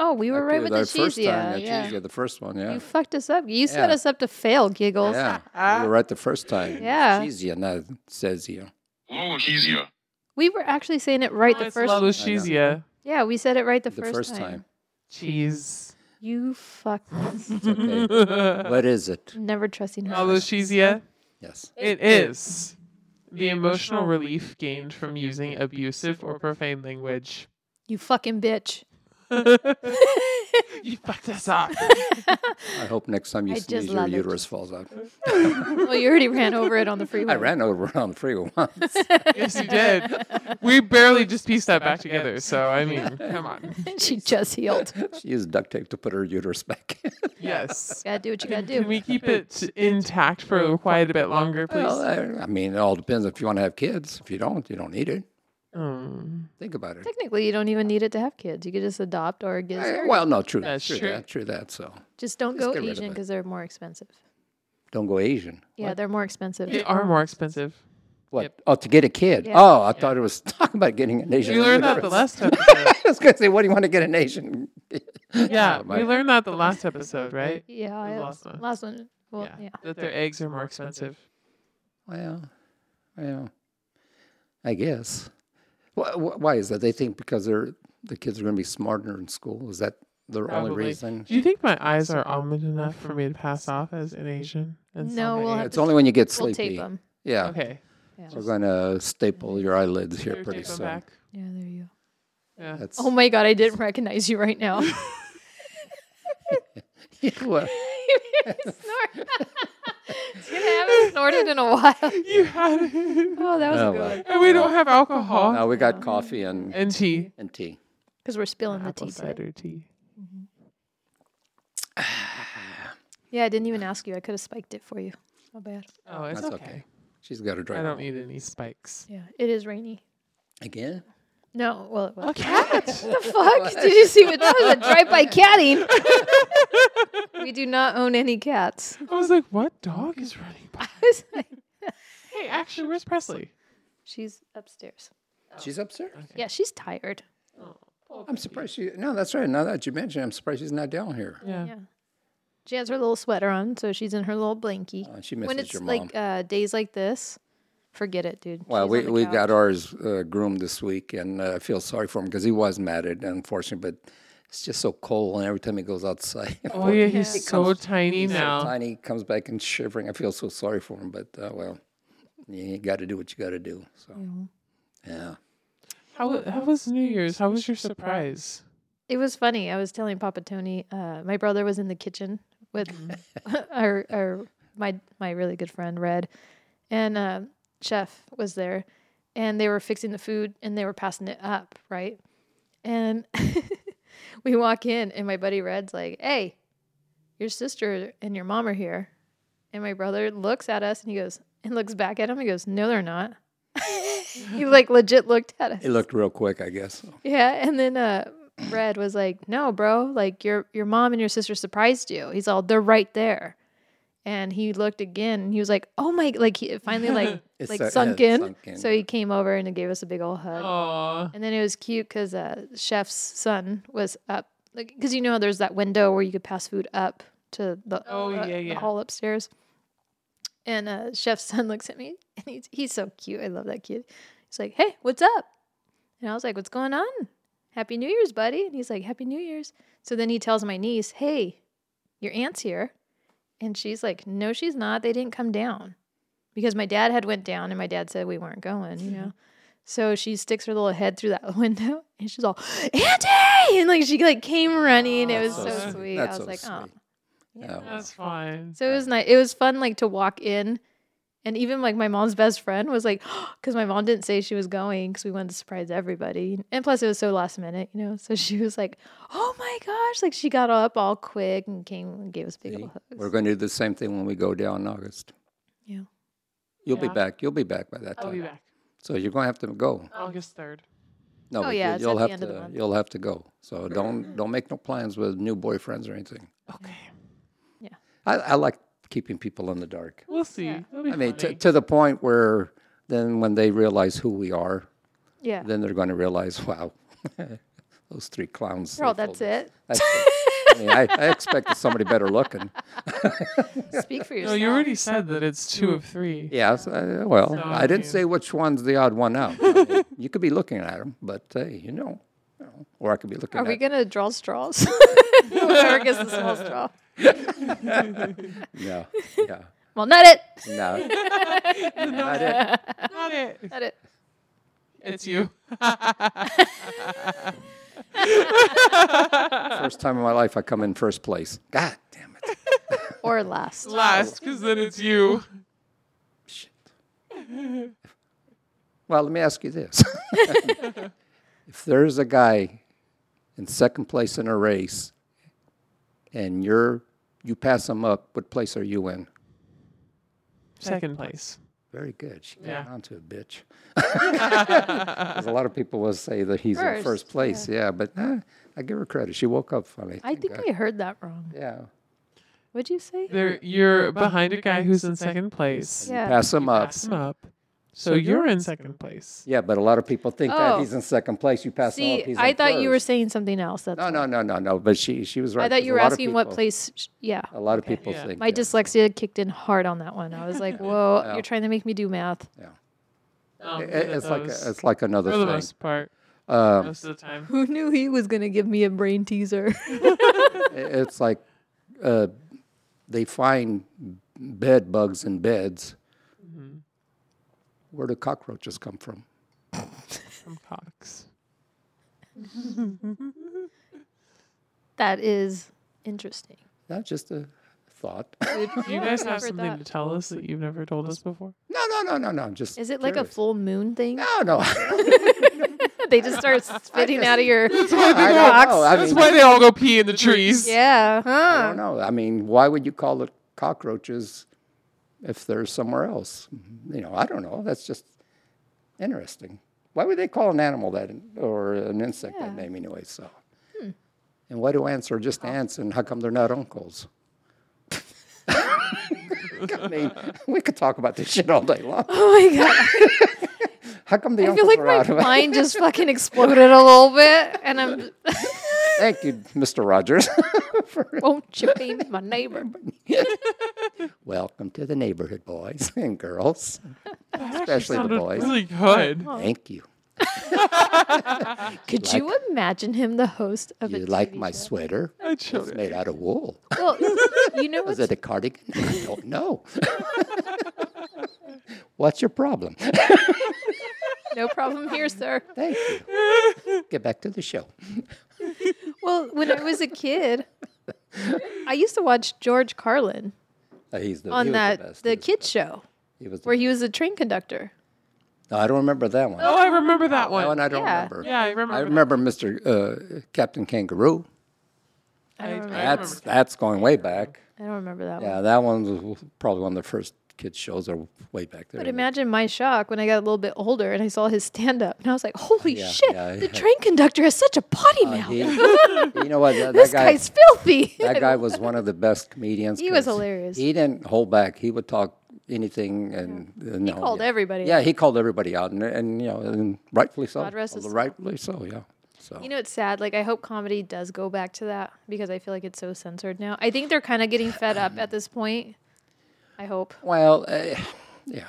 S1: Oh, we were right with the
S3: first time.
S1: Shezia.
S3: yeah.
S1: Yeah.
S3: Chizia, the first one. Yeah.
S1: You fucked us up. You set
S3: Yeah.
S1: us up to fail, giggles.
S3: Yeah, you were right the first time.
S1: Yeah.
S3: Chizia, not Sezia.
S4: Lolochizia.
S1: We were actually saying it right the
S2: It's
S1: first
S2: La Lochezia.
S1: Yeah, we said it right the,
S3: The
S1: first,
S3: first
S1: time.
S3: time.
S2: Cheese.
S1: You fucked us.
S3: It's okay.
S2: La
S3: what is it?
S1: Never trusting her.
S2: Lochezia?
S3: Yes.
S2: It is the emotional relief gained from using abusive or profane language.
S1: You fucking bitch.
S2: You fucked us up.
S3: I hope next time you
S1: I
S3: sneeze,
S1: just
S3: your
S1: love it. Mm-hmm.
S3: uterus falls out.
S1: Well, you already ran over it on the freeway.
S3: I ran over on the freeway once.
S2: yes, you did. We barely just pieced that back together. So, I mean, come on.
S1: she just healed.
S3: she used duct tape to put her uterus back in.
S2: Yes.
S1: gotta do what you gotta
S2: Can
S1: do.
S2: we keep it intact for quite a bit longer,
S3: well,
S2: please?
S3: I, I mean, it all depends if you want to have kids. If you don't, you don't need it.
S2: Um,
S3: Think about it.
S1: Technically, you don't even need it to have kids. You could just adopt or get.
S3: Eh,
S1: surrogate.
S3: well, no, true.
S2: That's
S3: true.
S2: true.
S3: That, true that. So
S1: just don't
S3: just
S1: go
S3: get rid of
S1: Asian
S3: it.
S1: because they're more expensive.
S3: don't go Asian.
S1: Yeah, they're more expensive.
S2: They are more expensive.
S3: What?
S2: Yep.
S3: Oh, to get a kid.
S1: Yeah.
S3: Oh, I thought it was talking about getting an Asian.
S2: We learned that the
S3: uterus.
S2: last episode.
S3: I was going to say, what do you want to get an Asian?
S2: Yeah,
S3: Oh, my-
S2: we learned that the last episode, right?
S1: Yeah,
S2: was
S1: I-
S2: last one.
S1: last one. Well, yeah.
S2: yeah. That their eggs are more expensive.
S3: Well, well, I guess. Why, why is that? They think because they're the kids are going to be smarter in school. Is that the only
S2: Probably.
S3: reason?
S2: Do you think my eyes are almond enough for me to pass off as an Asian? And sell
S1: No,
S2: my
S1: we'll have
S2: eggs?
S3: It's only when you get
S1: We'll
S3: sleepy.
S1: tape them.
S3: Yeah,
S2: Okay.
S3: we're going to staple your eyelids here
S2: Here,
S3: pretty
S2: tape 'em
S3: soon.
S2: back.
S1: Yeah, there you go.
S2: Yeah.
S3: That's
S1: Oh my god, I didn't recognize you right now.
S3: Well,
S1: Snort. you haven't snorted in a while.
S2: You had it.
S1: Oh, that was
S3: Oh,
S1: a good
S3: well.
S1: one.
S2: And we don't have alcohol
S3: now uh, we got coffee and,
S2: and tea.
S3: and tea.
S1: Because we're spilling the
S2: Apple
S1: tea. today.
S2: cider tea.
S1: Yeah, I didn't even ask you. I could have spiked it for you. Oh bad.
S2: Oh, it's
S3: That's okay.
S2: okay.
S3: She's got her
S2: I
S3: drink
S2: don't need any spikes.
S1: Yeah, it is rainy.
S3: again.
S1: No, well, it was.
S2: A cat.
S1: the Oh, fuck? Did you see what that was? A drive-by catting. we do not own any cats.
S2: I was like, what dog is running by?
S1: I was like,
S2: Hey, actually, where's Presley?
S1: She's upstairs.
S3: She's upstairs.
S1: Yeah, she's tired.
S3: I'm surprised she. No, that's right. Now that you mentioned, it, I'm surprised she's not down here.
S2: Yeah.
S1: Yeah. She has her little sweater on, so she's in her little blankie.
S3: Uh, she
S1: when
S3: misses
S1: it's
S3: your mom.
S1: like uh, days like this, forget it, dude.
S3: Well,
S1: She's
S3: we,
S1: on the
S3: we
S1: couch.
S3: got ours uh, groomed this week, and uh, I feel sorry for him because he was matted, unfortunately, but it's just so cold, and every time he goes outside,
S2: Oh, yeah,
S1: Yeah.
S2: he's so tiny
S3: he's so
S2: now.
S3: tiny, he comes back and shivering. I feel so sorry for him, but uh, well, you got to do what you got to do. So, yeah.
S2: How, wa- how was New Year's? How was your surprise?
S1: It was funny. I was telling Papa Tony, uh, my brother was in the kitchen with our, our my my really good friend Red, and uh, Chef was there, and they were fixing the food and they were passing it up, right? And we walk in, and my buddy Red's like, "Hey, your sister and your mom are here." And my brother looks at us, and he goes, and looks back at him, and goes, "No, they're not." he like legit looked at us.
S3: It looked real quick, I guess.
S1: Yeah, and then uh Red was like, "No, bro, like your your mom and your sister surprised you." He's all, "They're right there." And he looked again, and he was like, "Oh my!" Like he it finally like
S3: It's
S1: like
S3: so- yeah,
S1: sunk,
S3: it's
S1: in.
S3: sunk in,
S1: So
S3: yeah.
S1: he came over and gave us a big old hug.
S2: Oh, Aw.
S1: And then it was cute because uh, Chef's son was up, like because you know there's that window where you could pass food up to the
S2: Oh,
S1: uh,
S2: yeah, yeah.
S1: the hall upstairs. And uh, Chef's son looks at me, and he's he's so cute. I love that kid. He's like, "Hey, what's up?" And I was like, "What's going on? Happy New Year's, buddy!" And he's like, "Happy New Year's." So then he tells my niece, "Hey, your aunt's here," and she's like, "No, she's not. They didn't come down." Because my dad had went down and my dad said we weren't going, you know.
S3: Mm-hmm.
S1: So she sticks her little head through that window and she's all, Auntie! And like she like came running. It was so,
S2: That's so
S1: sweet.
S3: sweet.
S1: I was
S3: Oh, That's
S1: like,
S3: so
S1: oh.
S3: sweet. Yeah.
S2: That's fine.
S1: So it was nice. It was fun like to walk in. And even like my mom's best friend was like, because my mom didn't say she was going because we wanted to surprise everybody. And plus it was so last minute, you know. So she was like, oh my gosh. Like she got up all quick and came and gave us big
S3: See?
S1: old hugs.
S3: We're going to do the same thing when we go down in August.
S1: Yeah.
S3: You'll be
S2: Yeah.
S3: back. You'll be back by that
S2: I'll be
S3: time.
S2: back
S3: So you're going to have to go.
S2: August 3rd.
S3: No,
S1: Oh,
S3: but
S1: yeah,
S3: you-
S1: it's
S3: you'll
S1: at the
S3: have
S1: end
S3: to
S1: of the month. Mm-hmm.
S3: you'll have to go. So don't don't make no plans with new boyfriends or anything.
S2: Okay.
S3: I, I like keeping people in the dark.
S2: We'll see. It'll be
S3: I mean, to,
S2: funny.
S3: to the point where then when they realize who we are,
S1: yeah.
S3: then they're going to realize, wow, those three clowns.
S1: Girl,
S3: they
S1: that's
S3: fooled us.
S1: it.
S3: That's it. I mean, I, I expected somebody better looking.
S1: Speak for
S2: no,
S1: yourself.
S2: you already said that it's two of three.
S3: Yes, I, uh, well, I didn't
S2: you-
S3: say which one's the odd one out. I mean, you could be looking at them, but uh, you know, you know, or I could be looking
S1: Are
S3: at
S1: we gonna draw straws? Whoever gets the small straw.
S3: no, yeah,
S1: Well, not it.
S3: no, not it.
S2: Not it.
S1: Not it.
S2: It's you.
S3: First time in my life I come in first place. God damn it!
S1: Or last.
S2: Last, because then it's you.
S3: Shit. Well, let me ask you this: If there's a guy in second place in a race, and you're you pass him up, what place are you in?
S2: Second place.
S3: Very good. She got
S2: Yeah.
S3: onto it, bitch. 'Cause a lot of people will say that he's in
S1: First,
S3: first place. Yeah, but nah, I give her credit. She woke up funny.
S1: I think I heard that wrong.
S3: yeah.
S1: What'd you say?
S2: There, you're behind a guy who's in second place.
S1: Yeah.
S3: Pass him up.
S2: Pass him up. So you're in second place.
S3: Yeah, but a lot of people think that
S1: Oh.
S3: he's in second place. You pass him up.
S1: See,
S3: He's
S1: I
S3: in
S1: thought you were
S3: first.
S1: saying something else. That's
S3: No, no, no, no, no. But she she was right.
S1: I thought
S3: 'cause
S1: you
S3: a
S1: were
S3: lot of
S1: asking what
S3: people- Oh.
S1: place. sh- Yeah.
S3: A lot of people
S2: Yeah.
S3: think.
S1: My
S3: yeah.
S1: dyslexia kicked in hard on that one. I was like, whoa,
S3: Yeah.
S1: you're trying to make me do math.
S2: Um,
S3: It-
S2: yeah,
S3: it's like a,
S2: those-
S3: it's like another
S2: for the
S3: thing.
S2: most part,
S3: Um,
S2: most of the time.
S1: Who knew he was going to give me a brain teaser?
S3: it- it's like uh, they find bed bugs in beds. Where do cockroaches come from?
S2: From Cox.
S1: that is interesting.
S3: That's just a thought.
S1: Good
S2: Do you
S1: point
S2: guys have
S1: for
S2: something
S1: that.
S2: to tell us that you've never told us before?
S3: No, no, no, no, no. Just
S1: Is it like a
S3: curious.
S1: full moon thing?
S3: No, no. I
S1: they just start spitting out of your.
S3: don't know. I
S2: That's
S3: mean,
S2: why they all go pee in the trees.
S1: yeah. Huh.
S3: I don't know. I mean, why would you call it cockroaches if they're somewhere else?
S1: Mm-hmm.
S3: You know, I don't know. That's just interesting. Why would they call an animal that or an insect that
S1: Yeah. Hmm. Oh.
S3: name anyway? So, and why do ants are just ants, and how come they're not uncles? I mean, we could talk about this shit all day long.
S1: Oh my god.
S3: How come the
S1: I feel
S3: uncles
S1: like
S3: are out
S1: my
S3: of it?
S1: mind just fucking exploded a little bit, and I'm.
S3: Thank you, Mr. Rogers. for-
S1: Won't you be my neighbor?
S3: Welcome to the neighborhood, boys and girls. Especially the
S2: Sounded
S3: boys.
S2: Really good.
S3: Thank you.
S1: Could you imagine him the host of
S3: You
S1: a
S3: like
S1: TV
S3: my
S1: show?
S3: sweater?
S2: I chilled
S3: It's made out of wool.
S1: Well, you know
S3: Is
S1: what's
S3: it a cardigan? I don't know. What's your problem?
S1: no problem here, sir.
S3: Thank you. Get back to the show.
S1: Well, when I was a kid, I used to watch George Carlin
S3: Uh, he's the, he
S1: on
S3: was
S1: that
S3: best.
S1: the,
S3: He was-
S1: kids show
S3: he was the
S1: where he was a train conductor.
S3: No, I don't remember that one.
S2: Oh, I remember that
S3: That
S2: one.
S3: one I don't
S1: Yeah.
S3: remember.
S2: Yeah, I remember.
S3: I
S2: that.
S3: remember Mr. Uh, Captain Kangaroo.
S2: I, I remember.
S3: That's that's going way back.
S1: I don't remember that one.
S3: Yeah, that one was probably one of the first kids shows are way back there.
S1: But imagine my shock when I got a little bit older and I saw his stand up. And I was like, holy
S3: Yeah,
S1: shit,
S3: yeah,
S1: the
S3: yeah.
S1: train conductor has such a potty
S3: Uh,
S1: mouth.
S3: he- you know what? That, that
S1: this
S3: guy,
S1: guy's filthy.
S3: that guy was one of the best comedians.
S1: He was
S3: 'cause
S1: hilarious.
S3: He didn't hold back. He would talk anything, and uh, no,
S1: called
S3: yeah.
S1: everybody
S3: Yeah,
S1: out.
S3: he called everybody out, and, and you know, and rightfully so.
S1: God rest his soul.
S3: rightfully so, yeah. So
S1: You know, it's sad. Like, I hope comedy does go back to that because I feel like it's so censored now. I think they're kind of getting fed up at this point. I hope.
S3: Well, uh, yeah.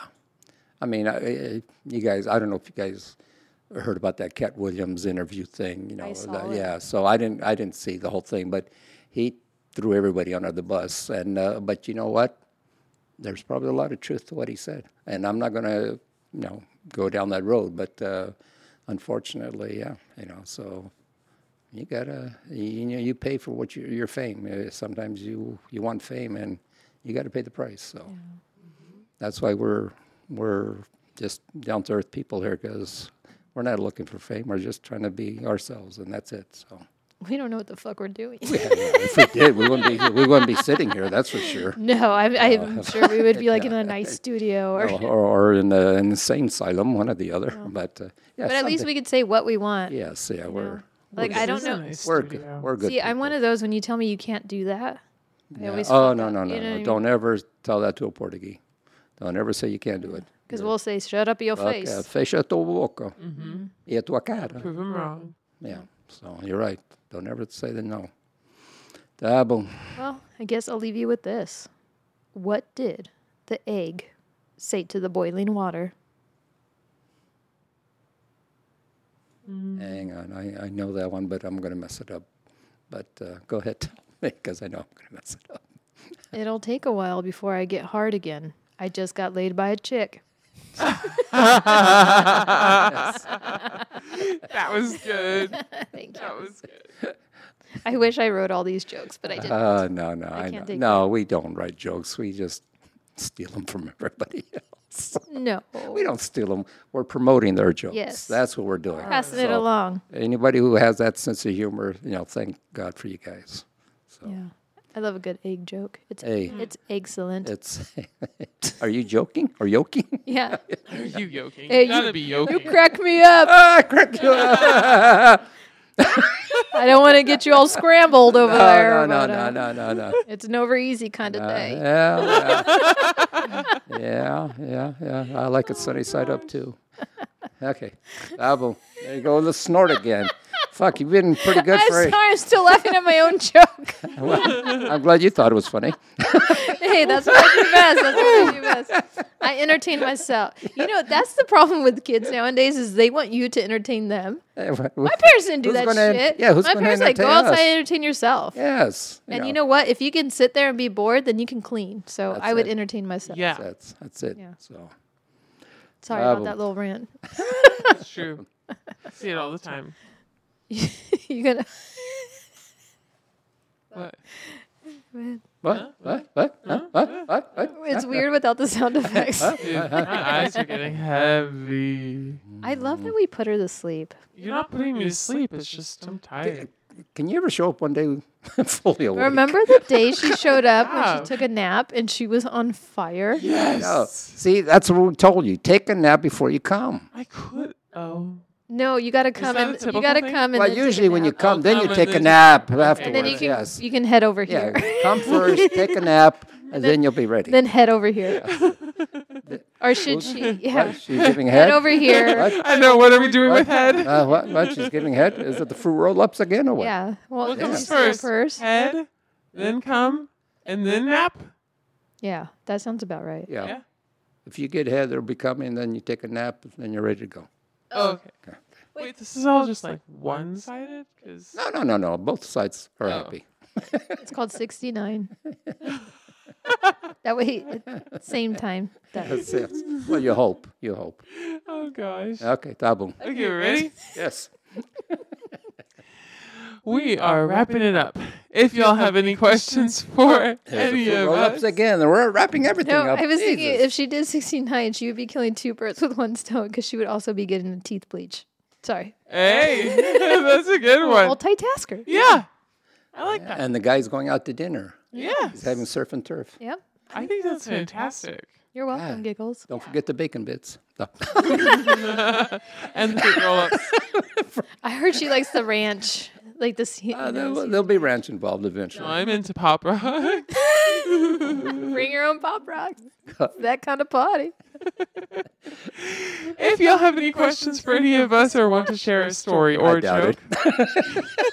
S3: I mean, I, I, you guys, I don't know if you guys heard about that Cat Williams interview thing. You know,
S1: saw
S3: the-
S1: it.
S3: yeah. So I didn't, I didn't see the whole thing, but he threw everybody under the bus. And uh, but you know what? There's probably a lot of truth to what he said, and I'm not going to, you know, go down that road. But uh, unfortunately, yeah, you know, so. You gotta, you know, you pay for what you, your fame. Uh, Sometimes you you want fame, and you got to pay the price. So, that's why we're we're just down to earth people here because we're not looking for fame. We're just trying to be ourselves, and that's it. So
S1: We don't know what the fuck we're doing.
S3: Yeah, yeah, if we did, we wouldn't be we wouldn't be sitting here. That's for sure.
S1: no, I'm, I'm sure we would be like in a nice studio or.
S3: Or, or in the insane asylum, one or the other. But uh, yeah,
S1: But at least we could say what we want.
S3: yes, yeah, we're
S1: Like,
S3: we're good.
S1: I don't
S2: This is a
S1: know.
S2: nice
S3: we're
S2: studio.
S3: good. We're good.
S1: See, I'm one of those when you tell me you can't do that. I
S3: people.
S1: always
S3: oh
S1: felt
S3: no
S1: that,
S3: no
S1: you
S3: no
S1: know what I
S3: no!
S1: mean?
S3: Don't ever tell that to a Portuguese. Don't ever say you can't do it.
S1: Because we'll say, shut up your
S3: Okay,
S1: face.
S3: fecha a tua boca e a tua cara.
S2: Prove him wrong.
S3: Yeah. So you're right. Don't ever say the no. Tá bom.
S1: Well, I guess I'll leave you with this. What did the egg say to the boiling water? Mm.
S3: Hang on. I, I know that one, but I'm going to mess it up. But uh, go ahead, because I know I'm going to mess it up.
S1: It'll take a while before I get hard again. I just got laid by a chick.
S2: That was good.
S1: Thank you.
S2: That was good.
S1: I wish I wrote all these jokes, but I didn't.
S3: Uh, no, no. I,
S1: can't
S3: know.
S1: take
S3: No, we don't write jokes. We just steal them from everybody else.
S1: No.
S3: we don't steal them. We're promoting their jokes.
S1: Yes.
S3: That's what we're doing.
S1: Passing it
S3: So
S1: along.
S3: Anybody who has that sense of humor, you know, thank God for you guys. So
S1: Yeah. I love a good egg joke. It's
S3: Hey.
S1: it's excellent.
S3: it's. are you joking or yoking?
S1: yeah.
S2: Are you yoking?
S1: Hey,
S2: you gotta
S1: you-
S2: be yoking.
S1: You crack me up.
S3: ah, crack you up.
S1: I don't want to get you all scrambled over
S3: No,
S1: there.
S3: Oh, no,
S1: but,
S3: no, no,
S1: uh,
S3: no, no. Uh,
S1: It's an over easy kind of day.
S3: Yeah, well, yeah, yeah, yeah. I like it sunny side up too. Okay, Abel, there you go. The snort again. Fuck, you've been pretty good
S1: I'm
S3: for
S1: sorry,
S3: it.
S1: I'm still laughing at my own joke.
S3: I'm glad you thought it was funny.
S1: hey, that's what I do best. That's what I do best. I entertain myself. You know, that's the problem with kids nowadays is they want you to entertain them.
S3: My
S1: My parents didn't do
S3: Eh, who's
S1: that
S3: gonna ent-
S1: shit.
S3: yeah, who's
S1: My
S3: gonna
S1: parents like go
S3: entertain us?"
S1: outside and entertain yourself.
S3: Yes.
S1: And you know what? If you can sit there and be bored, then you can clean. So I
S3: That's
S1: would
S3: it.
S1: entertain myself.
S2: yeah,
S3: that's that's it.
S1: Yeah.
S3: So
S1: Sorry
S3: Bravo.
S1: about that little rant.
S2: that's true. See it all the time.
S1: you gonna
S2: What?
S3: what? What? What? Huh? What? What? What?
S1: it's weird without the sound effects.
S2: Dude, my eyes are getting heavy.
S1: I love that we put her to sleep.
S2: You're not putting me to sleep. It's just I'm tired.
S3: Can you ever show up one day fully awake?
S1: Remember the day she showed up when
S2: Yeah.
S1: she took a nap and she was on fire?
S3: No. See, that's what we told you. Take a nap before you come.
S2: I could. Oh.
S1: No, you gotta come
S2: that a
S1: and you
S2: typical
S1: gotta
S2: thing?
S1: come and
S3: Well,
S1: then take a
S3: usually when you
S1: nap.
S3: come, then you
S2: come and
S3: take a
S2: then-
S3: nap afterwards.
S1: And then you can
S3: yes.
S1: you can head over
S3: Yeah,
S1: here.
S3: come first, take a nap, and then you'll be ready.
S1: then head over here. or should she? Yeah.
S3: What? She's giving
S1: Head
S3: head.
S1: over here.
S3: What?
S2: I know. What are we doing with head?
S3: Uh, what? What? She's giving head. Is it the fruit roll-ups again, or what?
S1: Yeah. Well,
S2: What
S1: did
S2: comes
S1: you say
S2: first? Head, then come, and then nap.
S1: Yeah, that sounds about right.
S3: Yeah.
S2: Yeah.
S3: If you get head, they'll be coming. Then you take a nap, and then you're ready to go.
S2: Oh, okay. Wait, this is all just like one-sided? Cause
S3: No, no, no, no. Both sides are happy.
S1: It's called 69. that way, at same time. That,
S3: That's it. Well, you hope. You hope.
S2: oh gosh.
S3: Okay, tabu.
S2: Okay, ready?
S3: Yes.
S2: We are wrapping it up. If y'all have any questions for
S3: There's the
S2: any
S3: full
S2: of
S3: roll-ups
S2: us,
S3: again, and we're wrapping everything
S1: No,
S3: up.
S1: I was thinking
S3: Jesus.
S1: if she did 69, she would be killing two birds with one stone because she would also be getting a teeth bleach. Sorry.
S2: hey, that's a good one.
S1: Multitasker.
S2: Yeah, I like that.
S3: and the guy's going out to dinner.
S2: Yeah,
S3: He's having surf and turf.
S1: Yep.
S2: I think that's fantastic.
S1: You're welcome,
S3: Yeah.
S1: Giggles.
S3: Don't forget the bacon bits. No.
S2: And the fruit roll-ups.
S1: I heard she likes the ranch, like the sea.
S3: Uh,
S1: you know,
S3: there'll, there'll be ranch involved eventually.
S2: I'm into pop rock.
S1: bring your own pop rocks. It's that kind of party.
S2: If y'all have any questions for any of us or want to share a story or
S3: I
S2: a
S3: doubt
S2: joke,
S3: it.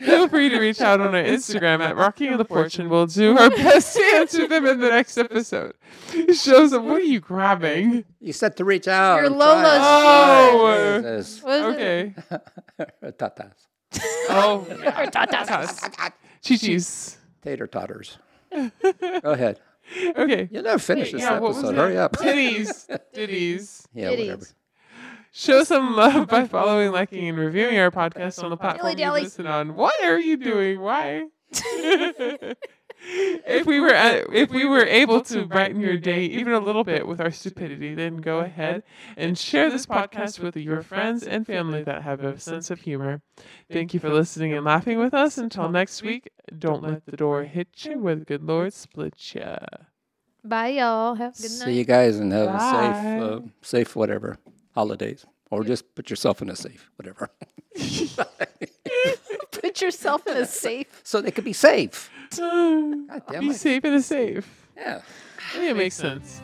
S2: feel free to reach out on our Instagram at Rocking on the Porch and we'll do our best to answer them in the next episode. Shows up, what are you grabbing?
S3: You said to reach out.
S1: Your
S3: and try
S1: Lola's
S2: Oh.
S3: it. Jesus.
S1: What is it?
S2: Okay.
S3: Tatas.
S2: Oh,
S1: Or tatas.
S2: tatas. Chi-chis.
S3: Tater totters. Go ahead.
S2: Okay.
S3: You never finished this
S2: Yeah, what was
S3: episode.
S2: that?
S3: Hurry up.
S2: Titties. Titties.
S3: yeah,
S1: Titties.
S3: whatever.
S2: Show some love by following, liking, and reviewing our podcast on the platform you
S1: dally.
S2: listen on. What are you doing? Why? if we were uh, if we were able to brighten your day even a little bit with our stupidity, then go ahead and share this podcast with your friends and family that have a sense of humor. Thank you for listening and laughing with us. Until next week, don't let the door hit you where the good Lord split you.
S1: Bye, y'all. Have a good night.
S3: See you guys and have
S2: Bye.
S3: a safe, uh, safe whatever holidays, or just put yourself in a safe whatever,
S1: Put yourself in a safe.
S3: so they could be safe.
S2: Be
S3: damn it.
S2: safe and a safe.
S3: Yeah.
S2: I think it makes sense.